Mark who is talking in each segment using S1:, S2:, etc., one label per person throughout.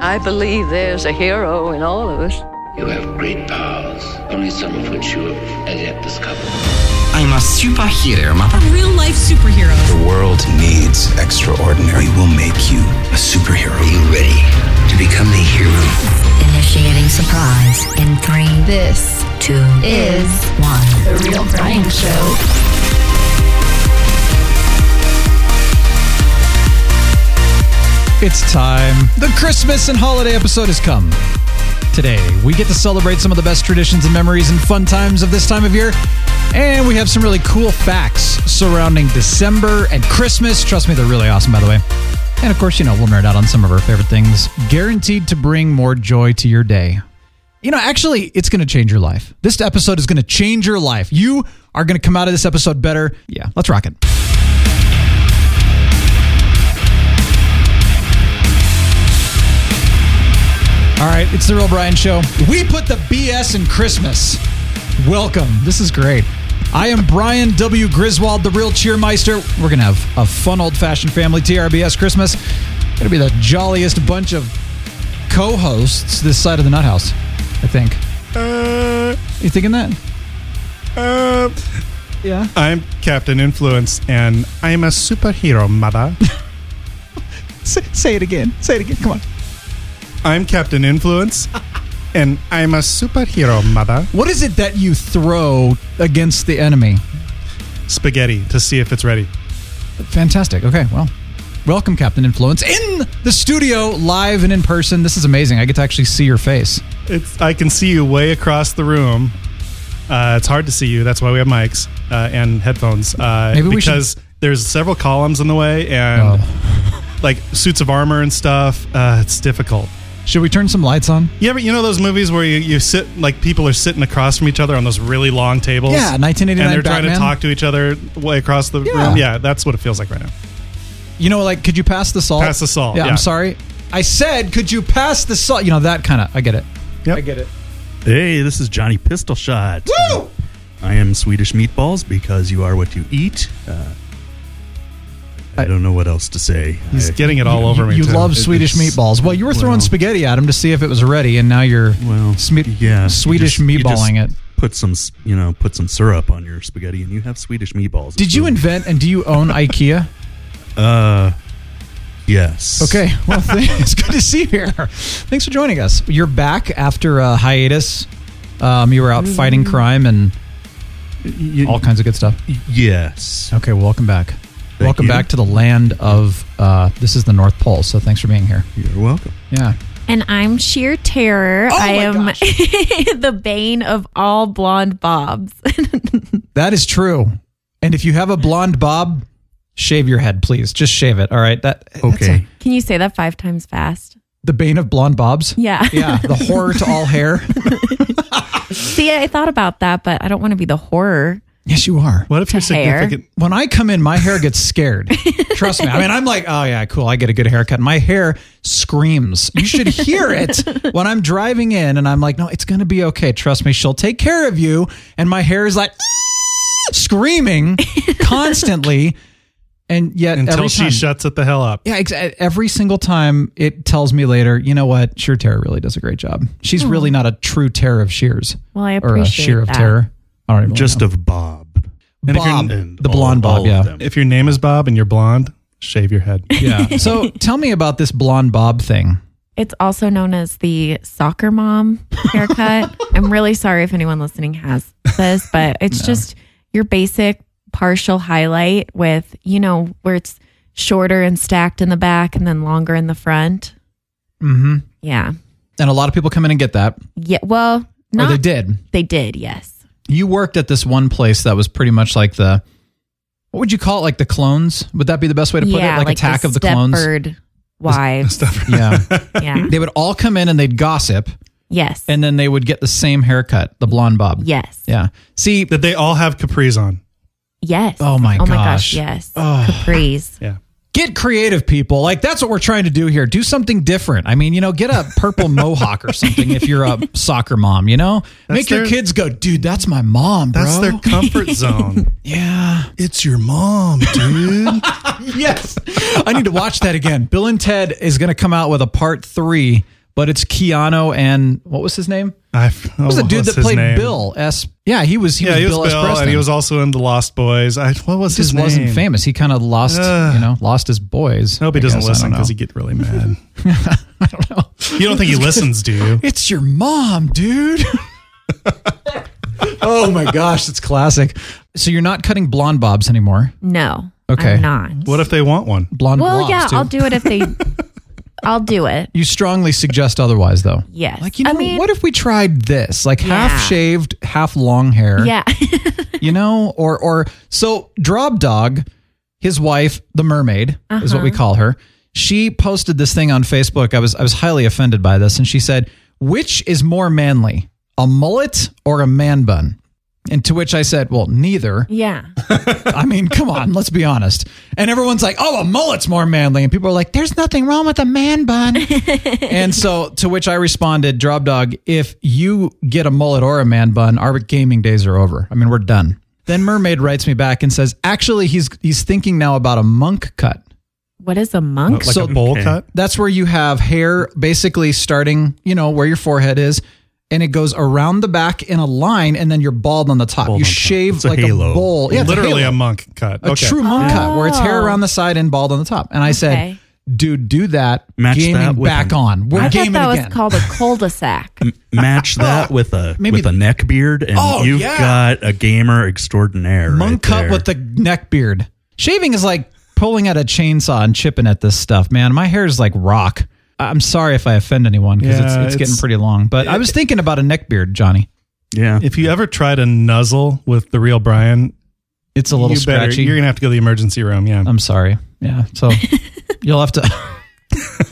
S1: I believe there's a hero in all of us.
S2: You have great powers, only some of which you have as yet discovered.
S3: I'm a superhero.
S4: A real life superhero.
S5: The world needs extraordinary. We will make you a superhero.
S2: Are you ready to become the hero?
S6: Initiating surprise in three,
S7: This
S6: two,
S7: is
S6: one.
S7: The Real Brian Show.
S8: It's time. The Christmas and holiday episode has come. Today, we get to celebrate some of the best traditions and memories and fun times of this time of year. And we have some really cool facts surrounding December and Christmas. Trust me, they're really awesome, by the way. And of course, you know, we'll nerd out on some of our favorite things, guaranteed to bring more joy to your day. You know, actually, it's going to change your life. This episode is going to change your life. You are going to come out of this episode better. Yeah, let's rock it. All right, it's the Real Brian Show. We put the BS in Christmas. Welcome. This is great. I am Brian W. Griswold, the real cheermeister. We're going to have a fun old fashioned family TRBS Christmas. Going to be the jolliest bunch of co hosts this side of the Nut House, I think. you thinking that?
S9: Uh,
S8: Yeah.
S9: I'm Captain Influence, and I'm a superhero, mother.
S8: Say, say it again. Say it again. Come on.
S9: I'm Captain Influence, and I'm a superhero, mother.
S8: What is it that you throw against the enemy?
S9: Spaghetti to see if it's ready.
S8: Fantastic. Okay, well, welcome, Captain Influence, in the studio, live and in person. This is amazing. I get to actually see your face.
S9: It's I can see you way across the room. Uh, it's hard to see you. That's why we have mics uh, and headphones. Uh,
S8: Maybe we
S9: because there's several columns in the way, and
S8: Oh.
S9: like suits of armor and stuff. Uh, it's difficult.
S8: Should we turn some lights on?
S9: Yeah, but you know those movies where you, you sit like people are sitting across from each other on those really long tables.
S8: Yeah, 1989
S9: And they're trying
S8: Batman.
S9: to talk to each other way across the
S8: Yeah.
S9: room. Yeah, that's what it feels like right now.
S8: You know, like, could you pass the salt?
S9: Pass the salt,
S8: Yeah,
S9: yeah.
S8: I'm sorry. I said, could you pass the salt? You know, that kind of, I get it.
S9: Yep.
S8: I get it.
S10: Hey, this is Johnny Pistol Shot.
S8: Woo!
S10: I am Swedish meatballs because you are what you eat. Uh, I,
S8: I-
S10: don't know what else to say.
S9: He's
S10: I-
S9: getting it all over
S8: you,
S9: me.
S8: You
S9: too.
S8: love
S10: It's-
S8: Swedish meatballs. Well, you were throwing
S10: well-
S8: spaghetti at him to see if it was ready, and now you're
S10: well,
S8: sme-
S10: yeah, you
S8: Swedish
S10: just- you
S8: meatballing
S10: just
S8: it.
S10: Put some, s- you know, put some syrup on your spaghetti, and you have Swedish meatballs.
S8: Did you
S10: Boom.
S8: invent and do you own IKEA?
S10: Uh, yes.
S8: Okay. Well, th- it's good to see you here. Thanks for joining us. You're back after a hiatus. Um, you were out fighting
S10: Mm-hmm.
S8: crime and
S10: Y-
S8: all kinds of good stuff.
S10: y- yes.
S8: Okay, well, welcome back. welcome
S10: you.
S8: back to the land of uh, this is the North Pole. So thanks for being here.
S10: You're welcome.
S8: Yeah.
S11: And I'm sheer terror.
S8: Oh
S11: I
S8: my
S11: am
S8: gosh.
S11: the bane of all blonde bobs.
S8: That is true. And if you have a blonde bob, shave your head, please. Just shave it. All right. That that's
S10: Okay.
S8: a-
S11: Can you say that five times fast?
S8: the bane of blonde bobs.
S11: Yeah.
S8: Yeah. The horror to all hair.
S11: See, I thought about that, but I don't want to be the horror.
S8: yes, you are.
S9: What if
S11: to
S9: your
S11: hair.
S9: significant?
S8: when I come in, my hair gets scared. Trust me. I mean, I'm like, oh yeah, cool. I get a good haircut. My hair screams. You should hear it when I'm driving in, and I'm like, no, it's gonna be okay. Trust me, she'll take care of you. And my hair is like screaming constantly, and yet
S9: Until
S8: every
S9: she
S8: time,
S9: shuts it the hell up.
S8: yeah, ex- every single time it tells me later, you know what? Sheer Terror really does a great job. She's really not a true terror of shears
S11: Well, Mm. I
S8: or a
S11: appreciate
S8: sheer of
S11: that.
S8: terror. I don't even
S10: Just
S8: know.
S10: of Bob.
S9: And if you're-
S8: Bob,
S10: and
S8: the
S10: all-
S8: blonde
S10: all
S8: Bob,
S10: of
S8: yeah.
S10: them.
S9: If your name is Bob and you're blonde, shave your head.
S8: Yeah. So tell me about this blonde bob thing.
S11: It's also known as the soccer mom haircut. I'm really sorry if anyone listening has this, but it's just your basic partial highlight with, you know, where it's shorter and stacked in the back and then longer in the front.
S8: Mm-hmm.
S11: Yeah.
S8: And a lot of people come in and get that,
S11: Yeah. Well,
S8: or
S11: not
S8: they did.
S11: They did, yes.
S8: You worked at this one place that was pretty much like the, what would you call it? Like the clones? Would that be the best way to put it? Like, Attack of the Clones.
S11: Stepford wives.
S8: Yeah.
S11: yeah.
S8: they would all come in and they'd gossip,
S11: Yes.
S8: and then they would get the same haircut, the blonde bob.
S11: yes.
S8: Yeah. See,
S9: Did they all have capris on?
S11: Yes.
S8: Oh my
S11: Oh my gosh.
S8: gosh.
S11: Yes.
S8: Oh.
S11: Capris.
S9: Yeah.
S8: Get creative, people. Like that's what we're trying to do here. Do something different. I mean, you know, get a purple mohawk or something if you're a soccer mom. You know, make your
S9: their-
S8: kids go, dude. That's my mom, bro.
S9: That's their comfort zone.
S8: yeah.
S9: it's your mom, dude.
S8: Yes. I need to watch that again. Bill and Ted is going to come out with a part three, but it's Keanu and what was his name?
S9: I f-
S8: It was the
S9: what
S8: dude
S9: was
S8: that
S9: Oh, his
S8: played
S9: name?
S8: Bill S. Yeah, he was. He
S9: Yeah,
S8: was
S9: he was
S8: Bill,
S9: Bill,
S8: S. Preston.
S9: and he was also in the Lost Boys. I, what was his
S8: just
S9: name?
S8: wasn't famous. He kind of lost,
S9: Ugh.
S8: you know, lost his boys.
S9: I hope he
S8: I
S9: doesn't
S8: guess. I
S9: listen
S8: don't
S9: because
S8: know.
S9: he get really mad.
S8: I don't know.
S9: You don't think he listens, do you?
S8: It's your mom, dude. oh my gosh, it's classic. So you're not cutting blonde bobs anymore.
S11: No.
S8: Okay.
S11: I'm not.
S9: What if they want one?
S8: Blonde
S11: well,
S8: blobs.
S11: yeah,
S8: too.
S11: I'll do it if they. I'll do it.
S8: You strongly suggest otherwise, though.
S11: Yes.
S8: Like you know,
S11: I mean-
S8: what if we tried this? Like
S11: Yeah.
S8: half shaved, half long hair.
S11: Yeah.
S8: You know, or or so Drob Dog, his wife, the mermaid, is
S11: Uh-huh.
S8: what we call her. She posted this thing on Facebook. I was I was highly offended by this, and she said, "Which is more manly, a mullet or a man bun?" And to which I said, "Well, neither."
S11: yeah.
S8: I mean, come on, let's be honest. And everyone's like, oh, a mullet's more manly. And people are like, there's nothing wrong with a man bun. and so to which I responded, Drop Dog, if you get a mullet or a man bun, our gaming days are over. I mean, we're done. Then Mermaid writes me back and says, actually, he's he's thinking now about a monk cut.
S11: What is a monk?
S9: Like
S8: So-
S9: a bowl
S10: Okay.
S9: cut?
S8: That's where you have hair basically starting, you know, where your forehead is. And it goes around the back in a line, and then you're bald on the top.
S10: Bald
S8: you
S10: on top.
S8: shave
S10: It's a
S8: like
S10: halo.
S8: a bowl. it's a
S9: Literally
S8: halo
S9: a, monk cut.
S8: a
S9: okay.
S8: true monk cut where it's hair
S11: Oh.
S8: around the side and bald on the top. And I
S11: Okay.
S8: said, dude, do that.
S10: Match
S8: gaming
S10: that with
S8: back
S10: a-
S8: on. We're
S11: I thought
S8: gaming
S11: that
S8: again.
S11: was called a cul-de-sac.
S10: Match that with a
S8: Maybe-
S10: with a neck beard, and
S8: Oh,
S10: you've
S8: yeah.
S10: got a gamer extraordinaire.
S8: monk
S10: right
S8: cut
S10: there.
S8: with the neck beard. Shaving is like pulling out a chainsaw and chipping at this stuff, man. My hair is like rock. I- I'm sorry if I offend anyone because it's,
S9: Yeah,
S8: it's, getting
S9: it's-
S8: pretty long. But I was thinking about a neck beard, Johnny.
S10: yeah.
S9: If you ever try to nuzzle with the real Brian,
S8: It's a little
S9: you better,
S8: scratchy. Um,
S9: you're going to have to go to the emergency room. Yeah.
S8: I'm sorry. Yeah. So you'll have to.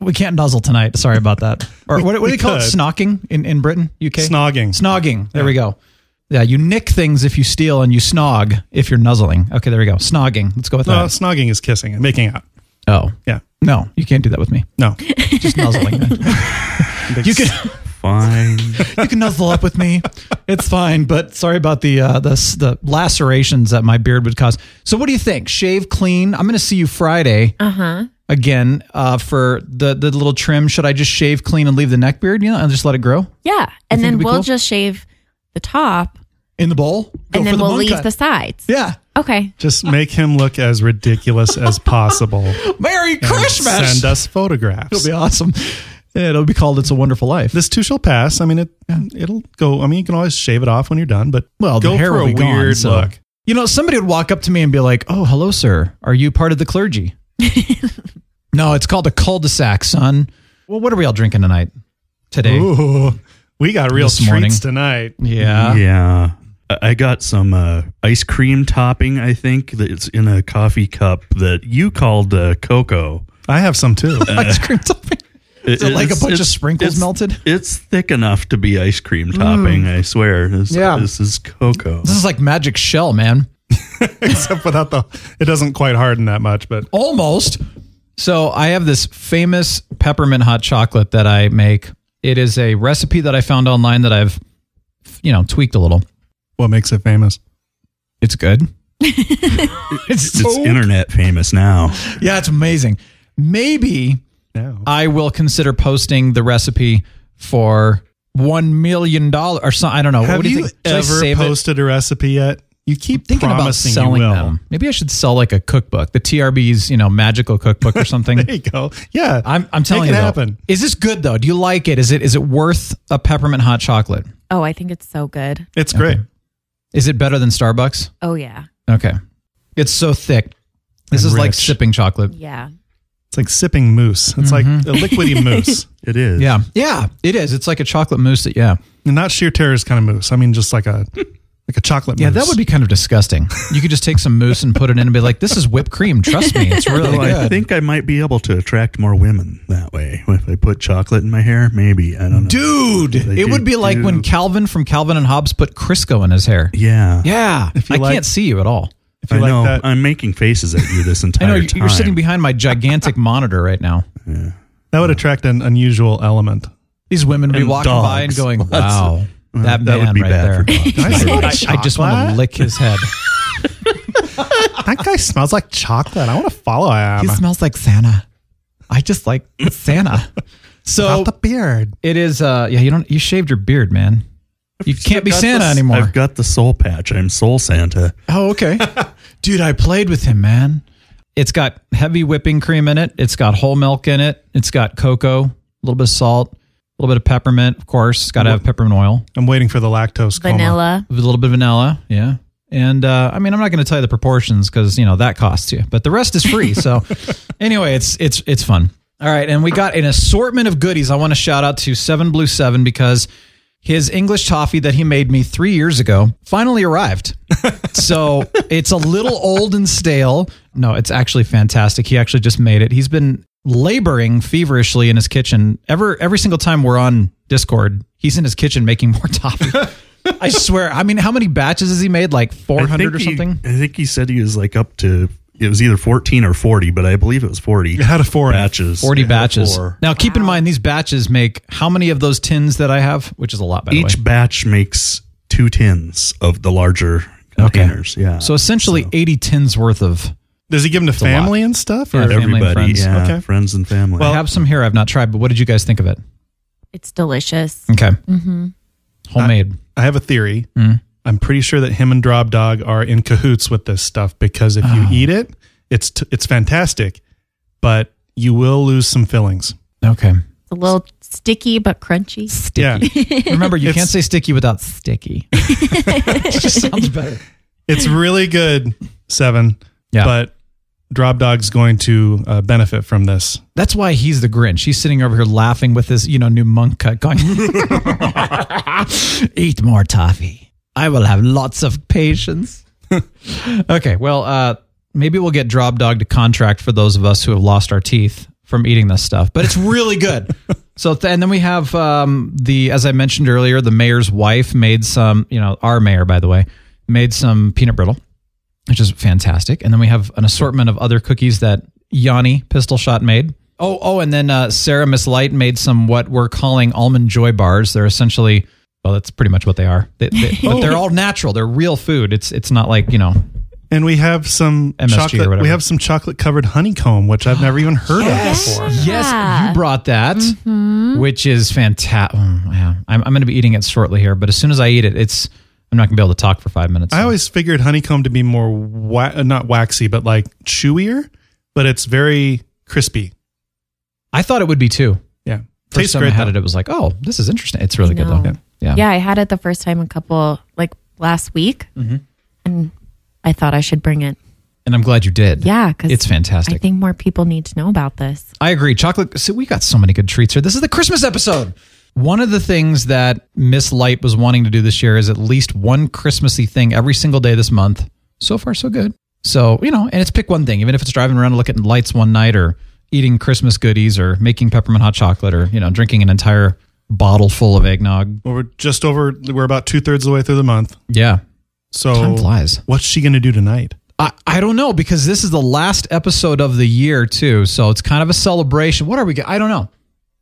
S8: we can't nuzzle tonight. Sorry about that. Or what, what do
S9: we
S8: they call it?
S9: could.
S8: Snogging in, in Britain, UK?
S9: Snogging.
S8: Snogging. There we go. Yeah, you nick things if you steal and you snog if you're nuzzling. Okay, there we go. Snogging. Let's go with
S9: no,
S8: that.
S9: snogging is kissing and making out.
S8: Oh.
S9: Yeah.
S8: No, you can't do that with me.
S9: No.
S8: Just nuzzling. you can
S10: Fine.
S8: you can nuzzle up with me. It's fine, but sorry about the uh the s- the lacerations that my beard would cause. So what do you think? Shave clean. I'm going to see you Friday. Uh-huh. Again, uh for the the little trim, should I just shave clean and leave the neck beard, you know, and just let it grow
S11: Yeah. And
S8: it'd
S11: then
S8: be
S11: we'll
S8: cool?
S11: just shave the top
S8: in the bowl? Go
S11: and
S8: for
S11: then
S8: the
S11: we'll
S8: monk
S11: leave
S8: cut.
S11: the sides.
S8: Yeah.
S11: Okay.
S9: Just make him look as ridiculous as possible.
S8: Merry
S9: and
S8: Christmas.
S9: Send us photographs.
S8: It'll be awesome. It'll be called "It's a Wonderful Life."
S9: this too shall pass. I mean, it it'll go. I mean, you can always shave it off when you're done, but
S8: well,
S9: go
S8: the hair
S9: for
S8: will
S9: a
S8: be gone,
S9: weird
S8: so-
S9: look.
S8: You know, somebody would walk up to me and be like, "Oh, hello, sir. Are you part of the clergy?" no, it's called a cul-de-sac, son. Well, what are we all drinking tonight? Today,
S9: Ooh, we got real
S8: This
S9: treats
S8: morning.
S9: tonight.
S8: yeah.
S10: yeah. I- I got some uh, ice cream topping. I think that's in a coffee cup that you called uh, cocoa.
S9: I have some too.
S8: ice cream topping.
S10: Is
S8: it like a bunch of sprinkles melted? Mm.
S10: It's thick enough to be ice cream topping. I swear. This,
S8: Yeah.
S10: this is cocoa.
S8: This is like magic shell, man.
S9: except without the, it doesn't quite harden that much, but
S8: Almost. So I have this famous peppermint hot chocolate that I make. It is a recipe that I found online that I've, you know, tweaked a little.
S9: what makes it famous?
S8: It's good. it's
S10: It's
S8: so
S10: internet famous now.
S8: Yeah, it's amazing. Maybe
S9: No.
S8: I will consider posting the recipe for one million dollars or something. I don't know.
S9: have
S8: what do you,
S9: you,
S8: think? Should I
S9: ever
S8: save it?
S9: posted a recipe yet? You keep
S8: Thinking about
S9: promising you
S8: selling
S9: will.
S8: them. Maybe I should sell like a cookbook, the TRB's, you know, magical cookbook or something.
S9: There you go. Yeah,
S8: I'm, I'm telling
S9: Make
S8: you,
S9: it
S8: though.
S9: happen.
S8: is this good though? Do you like it? Is it is it worth a peppermint hot chocolate?
S11: Oh, I think it's so good.
S9: It's great.
S8: Is it better than Starbucks?
S11: Oh yeah.
S8: Okay, it's so thick. This
S9: And
S8: is like
S9: rich.
S8: sipping chocolate.
S11: Yeah.
S9: It's like sipping mousse. It's
S8: Mm-hmm.
S9: like a liquidy mousse,
S10: It is.
S8: Yeah, yeah, it is. It's like a chocolate mousse. That yeah.
S9: and not sheer terrorist kind of mousse. I mean, just like a like a chocolate.
S8: Yeah,
S9: mousse.
S8: that would be kind of disgusting. You could just take some mousse and put it in and be like, "This is whipped cream. Trust me, it's really
S10: Although Oh, I
S8: good."
S10: think I might be able to attract more women that way. If I put chocolate in my hair, maybe. I don't know.
S8: Dude,
S10: They
S8: it
S10: do-
S8: would be like when
S10: do.
S8: Calvin from Calvin and Hobbes put Crisco in his hair.
S10: Yeah.
S8: Yeah, I
S9: you like-
S8: can't see you at all.
S9: If you
S10: I
S9: like
S10: know.
S9: that,
S10: I'm making faces at you this
S8: I
S10: entire
S8: know you're,
S10: time.
S8: you're sitting behind my gigantic monitor right now.
S9: that would attract an unusual element.
S8: These women would be
S10: And
S8: walking by
S10: dogs.
S8: and going,
S10: Lots of-
S8: "Wow, that man
S10: that would be
S8: right
S10: bad for
S8: there."
S10: dogs.
S9: Can I say
S8: I, I just want to
S9: chocolate?
S8: lick his head.
S9: That guy smells like chocolate. I want to follow him.
S8: he smells like Santa. I just like Santa. So
S9: Without the beard.
S8: it is. Uh, yeah, you don't. You shaved your beard, man. You can't be
S10: Got
S8: Santa
S10: this-
S8: anymore.
S10: I've got the soul patch. I'm soul Santa.
S8: Oh, okay. Dude, I played with him, man. It's got heavy whipping cream in it. It's got whole milk in it. It's got cocoa, a little bit of salt, a little bit of peppermint, of course. It's got to have peppermint oil,
S9: I'm waiting for the lactose coma.
S11: vanilla.
S8: a little bit of vanilla. Yeah. And uh, I mean, I'm not going to tell you the proportions because you know that costs you, but the rest is free. So anyway, it's it's it's fun. All right, and we got an assortment of goodies. I want to shout out to Seven Blue Seven because his English toffee that he made me three years ago finally arrived. So it's a little old and stale. No, it's actually fantastic. He actually just made it. He's been laboring feverishly in his kitchen ever every single time we're on Discord. He's in his kitchen making more toffee. I swear. I mean, how many batches has he made? Like four
S10: I think
S8: hundred or
S10: he-
S8: something.
S10: I think he said he was like up to. It was either 14 or 40, but I believe it was 40.
S9: It had a four in it.
S10: batches.
S8: 40
S10: It had a
S8: batches.
S10: four.
S8: Now, keep in mind, these batches make how many of those tins that I have? Which is a lot, by the way.
S10: Each batch makes two tins of the larger containers. Yeah.
S8: So essentially 80 tins worth of.
S9: Does he give them to
S8: a lot.
S9: family and stuff? Or?
S8: Yeah, family and
S10: everybody,
S8: friends.
S10: yeah,
S9: Okay.
S10: friends and family.
S8: I have some here I've not tried, but what did you guys think of it?
S11: It's delicious.
S8: Okay. Mm-hmm. Homemade.
S9: I have a theory.
S8: Mm.
S9: I'm pretty sure that him and Drob Dog are in cahoots with this stuff because if
S8: Oh.
S9: you eat it, it's t- it's fantastic, but you will lose some fillings.
S8: okay.
S11: It's a little sticky but crunchy.
S9: Yeah,
S8: Remember, you
S9: It's-
S8: can't say sticky without sticky. it just sounds better.
S9: it's really good, Seven.
S8: Yeah.
S9: But Drob Dog's going to uh, benefit from this.
S8: That's why he's the Grinch. He's sitting over here laughing with his, you know, new monk cut going, eat more toffee. I will have lots of patience. okay. Well, uh, maybe we'll get Drop Dog to contract for those of us who have lost our teeth from eating this stuff, but it's really good. so, th- and then we have um, the, as I mentioned earlier, the mayor's wife made some, you know, our mayor, by the way, made some peanut brittle which is fantastic. And then we have an assortment of other cookies that Yanni Pistol Shot made. Oh, oh, and then uh, Sarah Miss Light made some what we're calling almond joy bars. They're essentially, well, that's pretty much what they are. They, they, But they're all natural. They're real food. It's it's not like you know.
S9: And we have some
S8: MSG or
S9: chocolate.
S8: whatever.
S9: We have some chocolate covered honeycomb, which I've never even heard of before.
S8: Yes, you brought that, which is fantastic. yeah, I'm, I'm going to be eating it shortly here, but as soon as I eat it, it's I'm not going to be able to talk for five minutes.
S9: I always figured honeycomb to be more wa- uh, not waxy, but like chewier, but it's very crispy.
S8: I thought it would be too.
S9: Yeah,
S8: First
S9: tastes
S8: time
S9: great.
S8: I had
S9: though.
S8: it, it was like, oh, this is interesting. It's really good
S11: No.
S8: though. Yeah.
S11: Yeah, I had it the first time a couple like last week,
S8: Mm-hmm.
S11: and I thought I should bring it.
S8: and I'm glad you did.
S11: Yeah, because
S8: It's fantastic.
S11: I think more people need to know about this.
S8: I agree. Chocolate. So we got so many good treats here. This is the Christmas episode. One of the things that Miss Light was wanting to do this year is at least one Christmassy thing every single day this month. So far, so good. So, you know, and it's pick one thing, even if it's driving around and looking at lights one night or eating Christmas goodies or making peppermint hot chocolate or, you know, drinking an entire bottle full of eggnog.
S9: Well, we're just over. We're about two thirds of the way through the month.
S8: Yeah.
S9: So
S8: Time flies.
S9: What's she going to do tonight?
S8: I, I don't know because this is the last episode of the year too, so it's kind of a celebration. What are we? go- I don't know.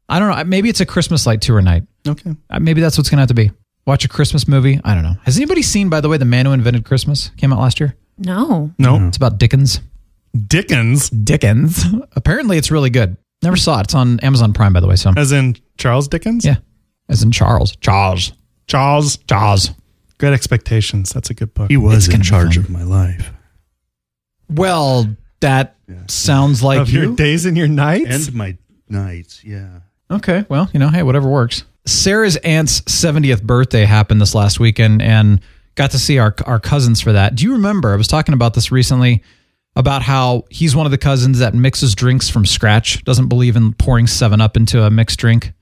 S8: I don't know. Maybe it's a Christmas light tour night.
S9: Okay.
S8: Uh, Maybe that's what's gonna have to be. Watch a Christmas movie. I don't know. Has anybody seen, by the way, the man who invented Christmas? Came out last year.
S11: No,
S9: No.
S8: It's about Dickens.
S9: Dickens,
S8: Dickens. Apparently, it's really good. Never saw it. It's on Amazon Prime, by the way. So
S9: as in Charles Dickens.
S8: yeah, as in Charles. Charles.
S9: Charles.
S8: Charles.
S9: Great Expectations. That's a good book.
S10: he was
S8: gonna
S10: in
S8: be
S10: charge
S8: fun.
S10: of my life
S8: Well, that sounds like
S9: of
S8: you.
S9: your days and your nights.
S10: and my nights. Yeah.
S8: Okay. Well, you know, hey, whatever works. Sarah's aunt's 70th birthday happened this last weekend and got to see our, our cousins for that. Do you remember? I was talking about this recently about how he's one of the cousins that mixes drinks from scratch, doesn't believe in pouring 7 Up into a mixed drink.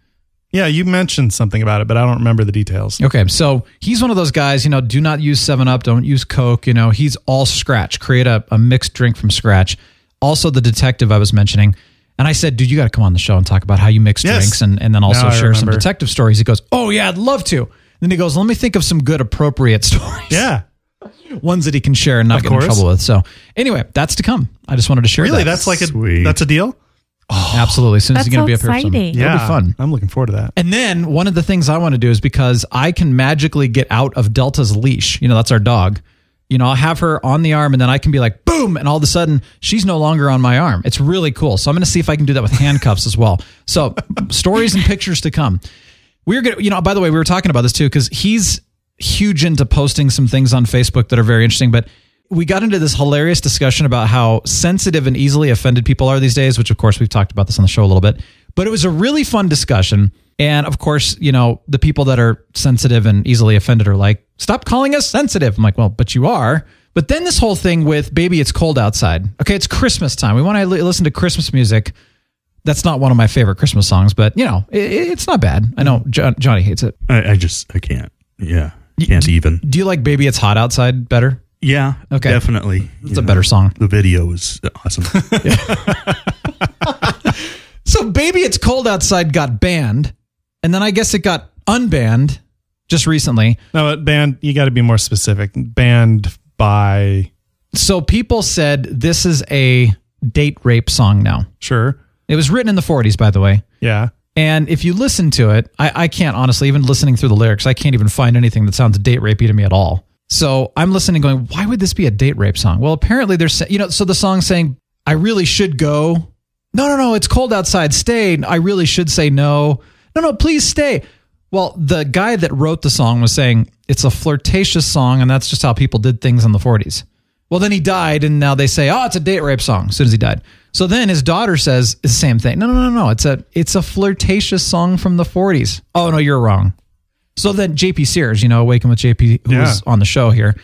S9: yeah, you mentioned something about it, but I don't remember the details.
S8: Okay. So he's one of those guys, you know, do not use 7 Up, don't use Coke. You know, he's all scratch, create a, a mixed drink from scratch. Also, the detective I was mentioning. And I said, dude, you got to come on the show and talk about how you mix
S9: Yes.
S8: drinks and, and then also
S9: Now I
S8: share some
S9: remember.
S8: detective stories. He goes, oh, yeah, I'd love to. Then he goes, let me think of some good appropriate stories.
S9: Yeah.
S8: ones that he can share and not
S9: Of
S8: get
S9: course.
S8: in trouble with. So anyway, that's to come. I just wanted to share.
S9: Really,
S8: that.
S9: that's like a
S10: Sweet.
S9: that's a deal.
S8: absolutely. As soon as
S11: That's
S8: he's going to
S11: so
S8: be up here,
S11: exciting.
S8: yeah, it'll be fun.
S9: I'm looking forward to that.
S8: And then one of the things I want to do is because I can magically get out of Delta's leash. You know, that's our dog. You know, I'll have her on the arm and then I can be like, boom. And all of a sudden, she's no longer on my arm. It's really cool. So I'm going to see if I can do that with handcuffs as well. So stories and pictures to come. We're going to, you know, by the way, we were talking about this too, because he's huge into posting some things on Facebook that are very interesting. But we got into this hilarious discussion about how sensitive and easily offended people are these days, which of course we've talked about this on the show a little bit. But it was a really fun discussion. And of course, you know, the people that are sensitive and easily offended are like, stop calling us sensitive. I'm like, well, but you are. But then this whole thing with, baby, it's cold outside. Okay, it's Christmas time. We want to li- listen to Christmas music that's not one of my favorite Christmas songs, but you know, it, it's not bad. I know jo- Johnny hates it.
S10: I, I just I can't. Yeah, can't even.
S8: Do you like "Baby It's Hot Outside" better?
S10: Yeah,
S8: Okay.
S10: definitely.
S8: It's a better song.
S10: The video was awesome.
S8: So "Baby It's Cold Outside" got banned, and then I guess it got unbanned just recently.
S9: No, but banned. You got to be more specific. Banned by
S8: So people said this is a date rape song now.
S9: sure.
S8: It was written in the 40s, by the way.
S9: Yeah.
S8: And if you listen to it, I, I can't honestly, even listening through the lyrics, I can't even find anything that sounds date rapey to me at all. So I'm listening going, why would this be a date rape song? Well, apparently there's, sa- you know, so the song saying, I really should go. No, no, no, it's cold outside. Stay. I really should say no. No, no, please stay. Well, the guy that wrote the song was saying it's a flirtatious song and that's just how people did things in the 40s. Well, then he died, and now they say, "Oh, it's a date rape song." As soon as he died, so then his daughter says the same thing. No, no, no, no. It's a it's a flirtatious song from the '40s. Oh no, you're wrong. So then JP Sears, you know, Awaken with JP, who
S9: Yeah.
S8: was on the show here,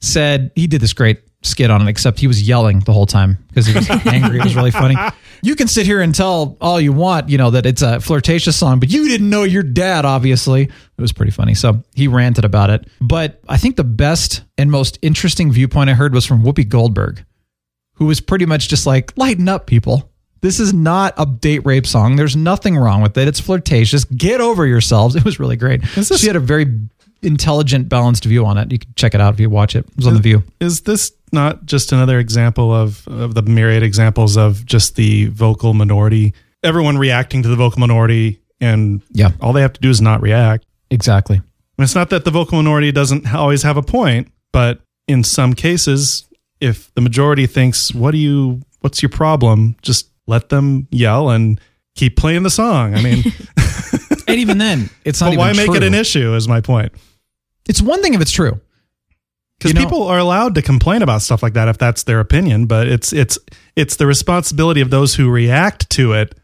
S8: said he did this great skit on it, except he was yelling the whole time because he was angry. It was really funny. You can sit here and tell all you want, you know, that it's a flirtatious song, but you didn't know your dad, obviously. It was pretty funny. So he ranted about it. But I think the best and most interesting viewpoint I heard was from Whoopi Goldberg, who was pretty much just like, lighten up, people. This is not a date rape song. There's nothing wrong with it. It's flirtatious. Get over yourselves. It was really great.
S9: Is this-
S8: she had a very intelligent, balanced view on it. You can check it out if you watch it. It was on The View.
S9: Is this not just another example of, of the myriad examples of just the vocal minority? Everyone reacting to the vocal minority, and
S8: Yeah.
S9: all they have to do is not react.
S8: Exactly.
S9: And it's not that the vocal minority doesn't always have a point, but in some cases, if the majority thinks, "What do you? What's your problem?" Just let them yell and keep playing the song. I mean,
S8: And even then, it's not
S9: but
S8: even
S9: why make it
S8: true.
S9: an issue? Is my point.
S8: It's one thing if it's true.
S9: because
S8: You know-
S9: people are allowed to complain about stuff like that if that's their opinion but it's it's it's the responsibility of those who react to it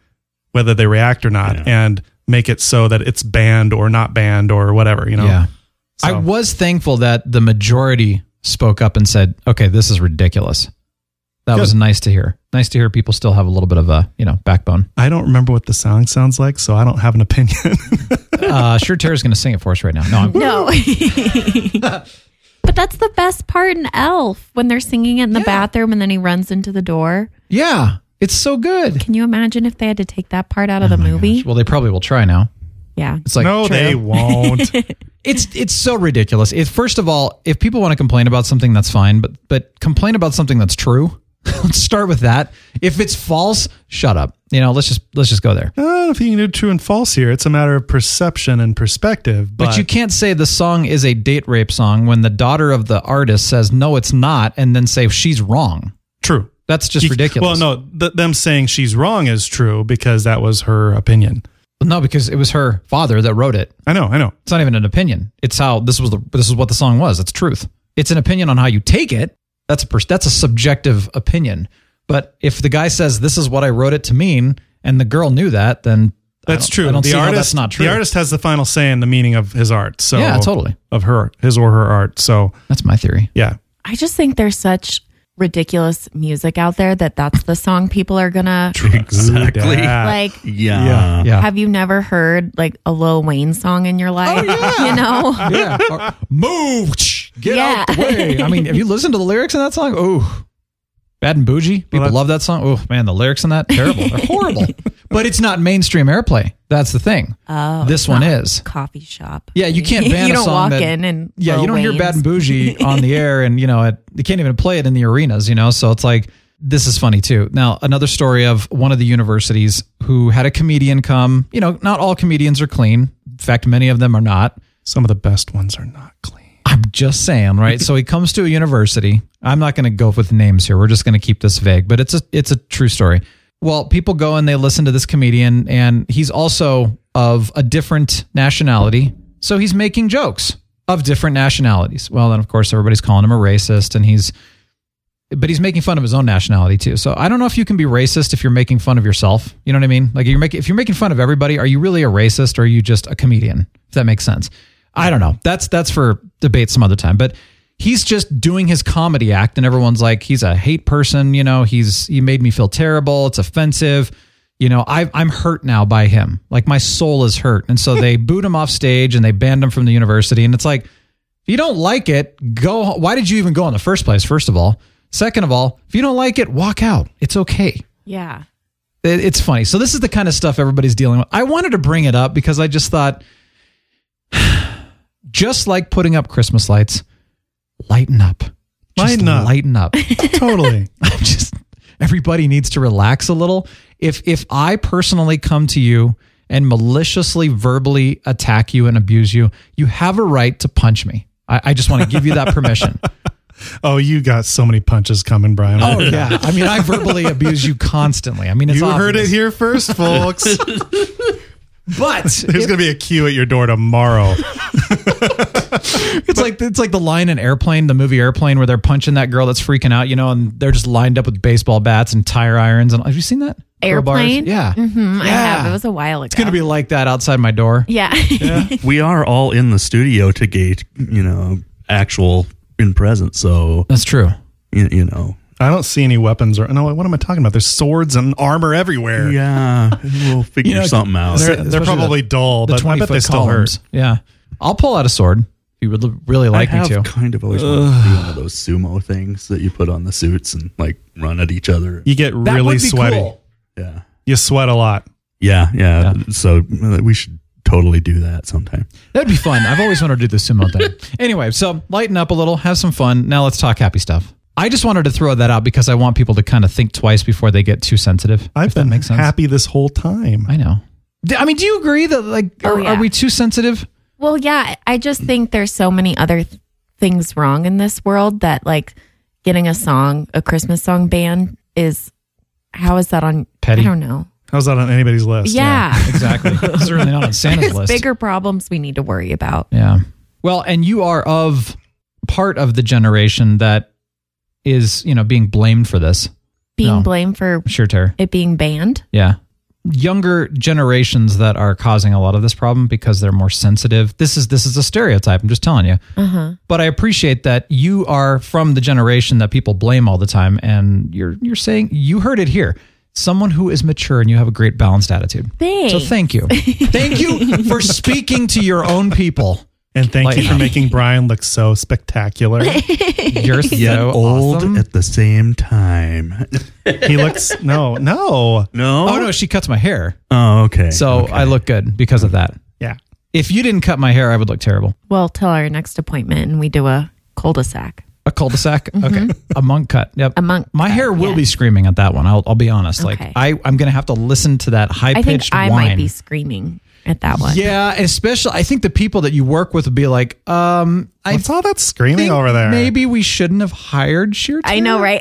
S9: whether they react or not
S10: Yeah.
S9: and make it so that it's banned or not banned or whatever you know
S8: Yeah.
S9: So-
S8: I was thankful that the majority spoke up and said, okay, this is ridiculous. That
S9: Good.
S8: was nice to hear. Nice to hear people still have a little bit of a, you know, backbone.
S9: i don't remember what the song sounds like so i don't have an opinion
S8: Uh, sure, Tara's going to sing it for us right now. No, I'm,
S11: No. but that's the best part in Elf when they're singing it in the bathroom and then he runs into the door.
S8: yeah, it's so good.
S11: Can you imagine if they had to take that part out of the movie?
S8: Oh Well, they probably will try now.
S11: yeah.
S8: It's like
S9: no
S8: true.
S9: they won't
S8: it's it's so ridiculous. It, first of all, if people want to complain about something, that's fine. But but complain about something that's true. let's start with that. If it's false, shut up. You know, let's just let's just go there.
S9: i don't know Oh, if you can do true and false here it's a matter of perception and perspective but,
S8: But you can't say the song is a date rape song when the daughter of the artist says no, it's not, and then say she's wrong.
S9: true
S8: That's just
S9: You-
S8: ridiculous.
S9: well no th- them saying she's wrong is true because that was her opinion
S8: no, because it was her father that wrote it.
S9: i know i know
S8: It's not even an opinion. It's how this was the this is what the song was. It's truth. It's an opinion on how you take it. That's a pers- that's a subjective opinion. But if the guy says this is what I wrote it to mean, and the girl knew that, then I
S9: That's
S8: don't-
S9: true.
S8: I don't
S9: the
S8: see
S9: artist,
S8: how that's not true.
S9: The artist has the final say in the meaning of his art. So
S8: Yeah, totally.
S9: Of her, his or her art. So
S8: that's my theory.
S9: yeah,
S11: I just think there's such ridiculous music out there that that's the song people are going to
S10: exactly.
S9: Yeah.
S11: like.
S9: Uh.
S10: Yeah.
S8: Yeah.
S11: Have you never heard like a Lil Wayne song in your life? You know?
S8: Oh, yeah. Or, Move. Get
S11: Yeah.
S8: out the way. I mean, have you listened to the lyrics in that song? Oh, Bad and Bougie. People
S9: that's-
S8: love that song. Oh man, the lyrics on that terrible. They're horrible. But it's not mainstream airplay. That's the thing.
S11: Oh,
S8: this
S11: it's
S8: one
S11: not
S8: is.
S11: coffee shop.
S8: Yeah, you can't ban
S11: you
S8: a
S11: don't
S8: song
S11: walk
S8: that-
S11: in and
S8: Yeah,
S11: Lil
S8: you don't hear
S11: Wayne's-
S8: Bad and Bougie on the air, and you know it, they can't even play it in the arenas. You know, so it's like this is funny too. Now another story of one of the universities who had a comedian come. You know, not all comedians are clean. In fact, many of them are not.
S9: Some of the best ones are not clean.
S8: I'm just saying, right? so he comes to a university. I'm not going to go with names here. We're just going to keep this vague, but it's a it's a true story. Well, people go and they listen to this comedian, and he's also of a different nationality, so he's making jokes of different nationalities. Well, then of course everybody's calling him a racist, and he's but he's making fun of his own nationality too. So I don't know if you can be racist if you're making fun of yourself. You know what I mean? Like you're making if you're making fun of everybody, are you really a racist or are you just a comedian? If that makes sense. I don't know. That's that's for debate some other time. But he's just doing his comedy act and everyone's like he's a hate person, you know, he's he made me feel terrible, it's offensive. You know, I I'm hurt now by him. Like my soul is hurt. And so they boot him off stage and they banned him from the university and it's like if you don't like it, go. Why did you even go in the first place? First of all, second of all, if you don't like it, walk out. It's okay.
S11: Yeah.
S8: It- It's funny. So this is the kind of stuff everybody's dealing with. I wanted to bring it up because I just thought, just like putting up Christmas lights, lighten up. Just
S9: Lighten up.
S8: Lighten up.
S9: Totally.
S8: I'm just everybody needs to relax a little. If if I personally come to you and maliciously verbally attack you and abuse you, you have a right to punch me. I, I just want to give you that permission.
S9: oh, you got so many punches coming, Brian.
S8: oh yeah, I mean I verbally abuse you constantly. I mean it's
S9: You heard it
S8: obvious.
S9: here first, folks.
S8: but
S9: There's going to be a queue at your door tomorrow.
S8: It's like it's like the line in Airplane, the movie Airplane, where they're punching that girl that's freaking out, you know, and they're just lined up with baseball bats and tire irons. And have you seen that Crowbars?
S11: Airplane?
S8: Yeah,
S11: Mm, I have.
S8: Yeah.
S11: It was a while ago.
S8: it's gonna be like that outside my door.
S11: Yeah.
S10: we are all in the studio to gate, you know, actual in present. So,
S8: That's true.
S10: you, you know,
S9: I don't see any weapons or no. What am I talking about? There's swords and armor everywhere.
S10: yeah, we'll figure
S8: You know,
S10: something out.
S9: They're,
S8: Especially
S9: they're probably dull,
S8: The
S9: but I
S8: twenty
S9: bet
S8: foot
S9: they still
S8: columns.
S9: hurt.
S8: Yeah, I'll pull out a sword. If you would l- really like
S10: I have
S8: me to.
S10: kind of always wanted to do one of those sumo things that you put on the suits and like run at each other.
S9: You get really sweaty.
S10: Yeah.
S9: You sweat a lot.
S10: Yeah, yeah. So uh, we should totally do that sometime.
S8: That'd be fun. I've always wanted to do the sumo thing. Anyway, so lighten up a little, have some fun. Now let's talk happy stuff. I just wanted to throw that out because I want people to kind of think twice before they get too sensitive.
S9: I've
S8: if that
S9: been
S8: makes sense.
S9: happy this whole time.
S8: I know. D- I mean, do you agree that like
S11: Oh,
S8: are,
S11: yeah.
S8: are we too sensitive?
S11: well, yeah. I just think there's so many other th- things wrong in this world that, like, getting a song, a Christmas song banned is, how is that on?
S8: Petty.
S11: I don't know.
S9: How's that on anybody's list?
S11: Yeah.
S8: Exactly. It's really not on Santa's
S11: There's
S8: list.
S11: bigger problems we need to worry about.
S8: Yeah. Well, and you are of part of the generation that is, you know, being blamed for this.
S11: Being
S8: No.
S11: blamed for
S8: Sure, Tara.
S11: it being banned.
S8: Yeah. Younger generations that are causing a lot of this problem because they're more sensitive. This is this is a stereotype. I'm just telling you.
S10: Uh-huh.
S8: But I appreciate that you are from the generation that people blame all the time, and you're you're saying you heard it here. Someone who is mature and you have a great balanced attitude.
S11: Thanks.
S8: So thank you, thank you for speaking to your own people.
S9: And thank you
S8: Lighten
S9: for
S8: up.
S9: making Brian look so spectacular.
S8: You're so
S10: old
S8: awesome.
S10: at the same time.
S9: he looks no, no.
S10: no.
S8: Oh no, she cuts my hair,
S10: Oh, okay.
S8: so
S10: okay.
S8: I look good because of that.
S9: Yeah.
S8: If you didn't cut my hair, I would look terrible.
S11: Well, till our next appointment and we do a cul-de-sac.
S8: A cul-de-sac. Okay. A monk cut. Yep.
S11: Mm-hmm. A monk
S8: My
S11: cut,
S8: hair will
S11: yeah.
S8: be screaming at that one. I'll, I'll be honest. Like
S11: Okay.
S8: I, I'm going to have to listen to that high
S11: I think
S8: pitched
S11: I
S8: whine.
S11: might be screaming at that one.
S8: yeah, especially I think the people that you work with would be like, um, I
S9: What's all that screaming
S8: think
S9: over there?
S8: maybe we shouldn't have hired Sheer.
S11: I know, right?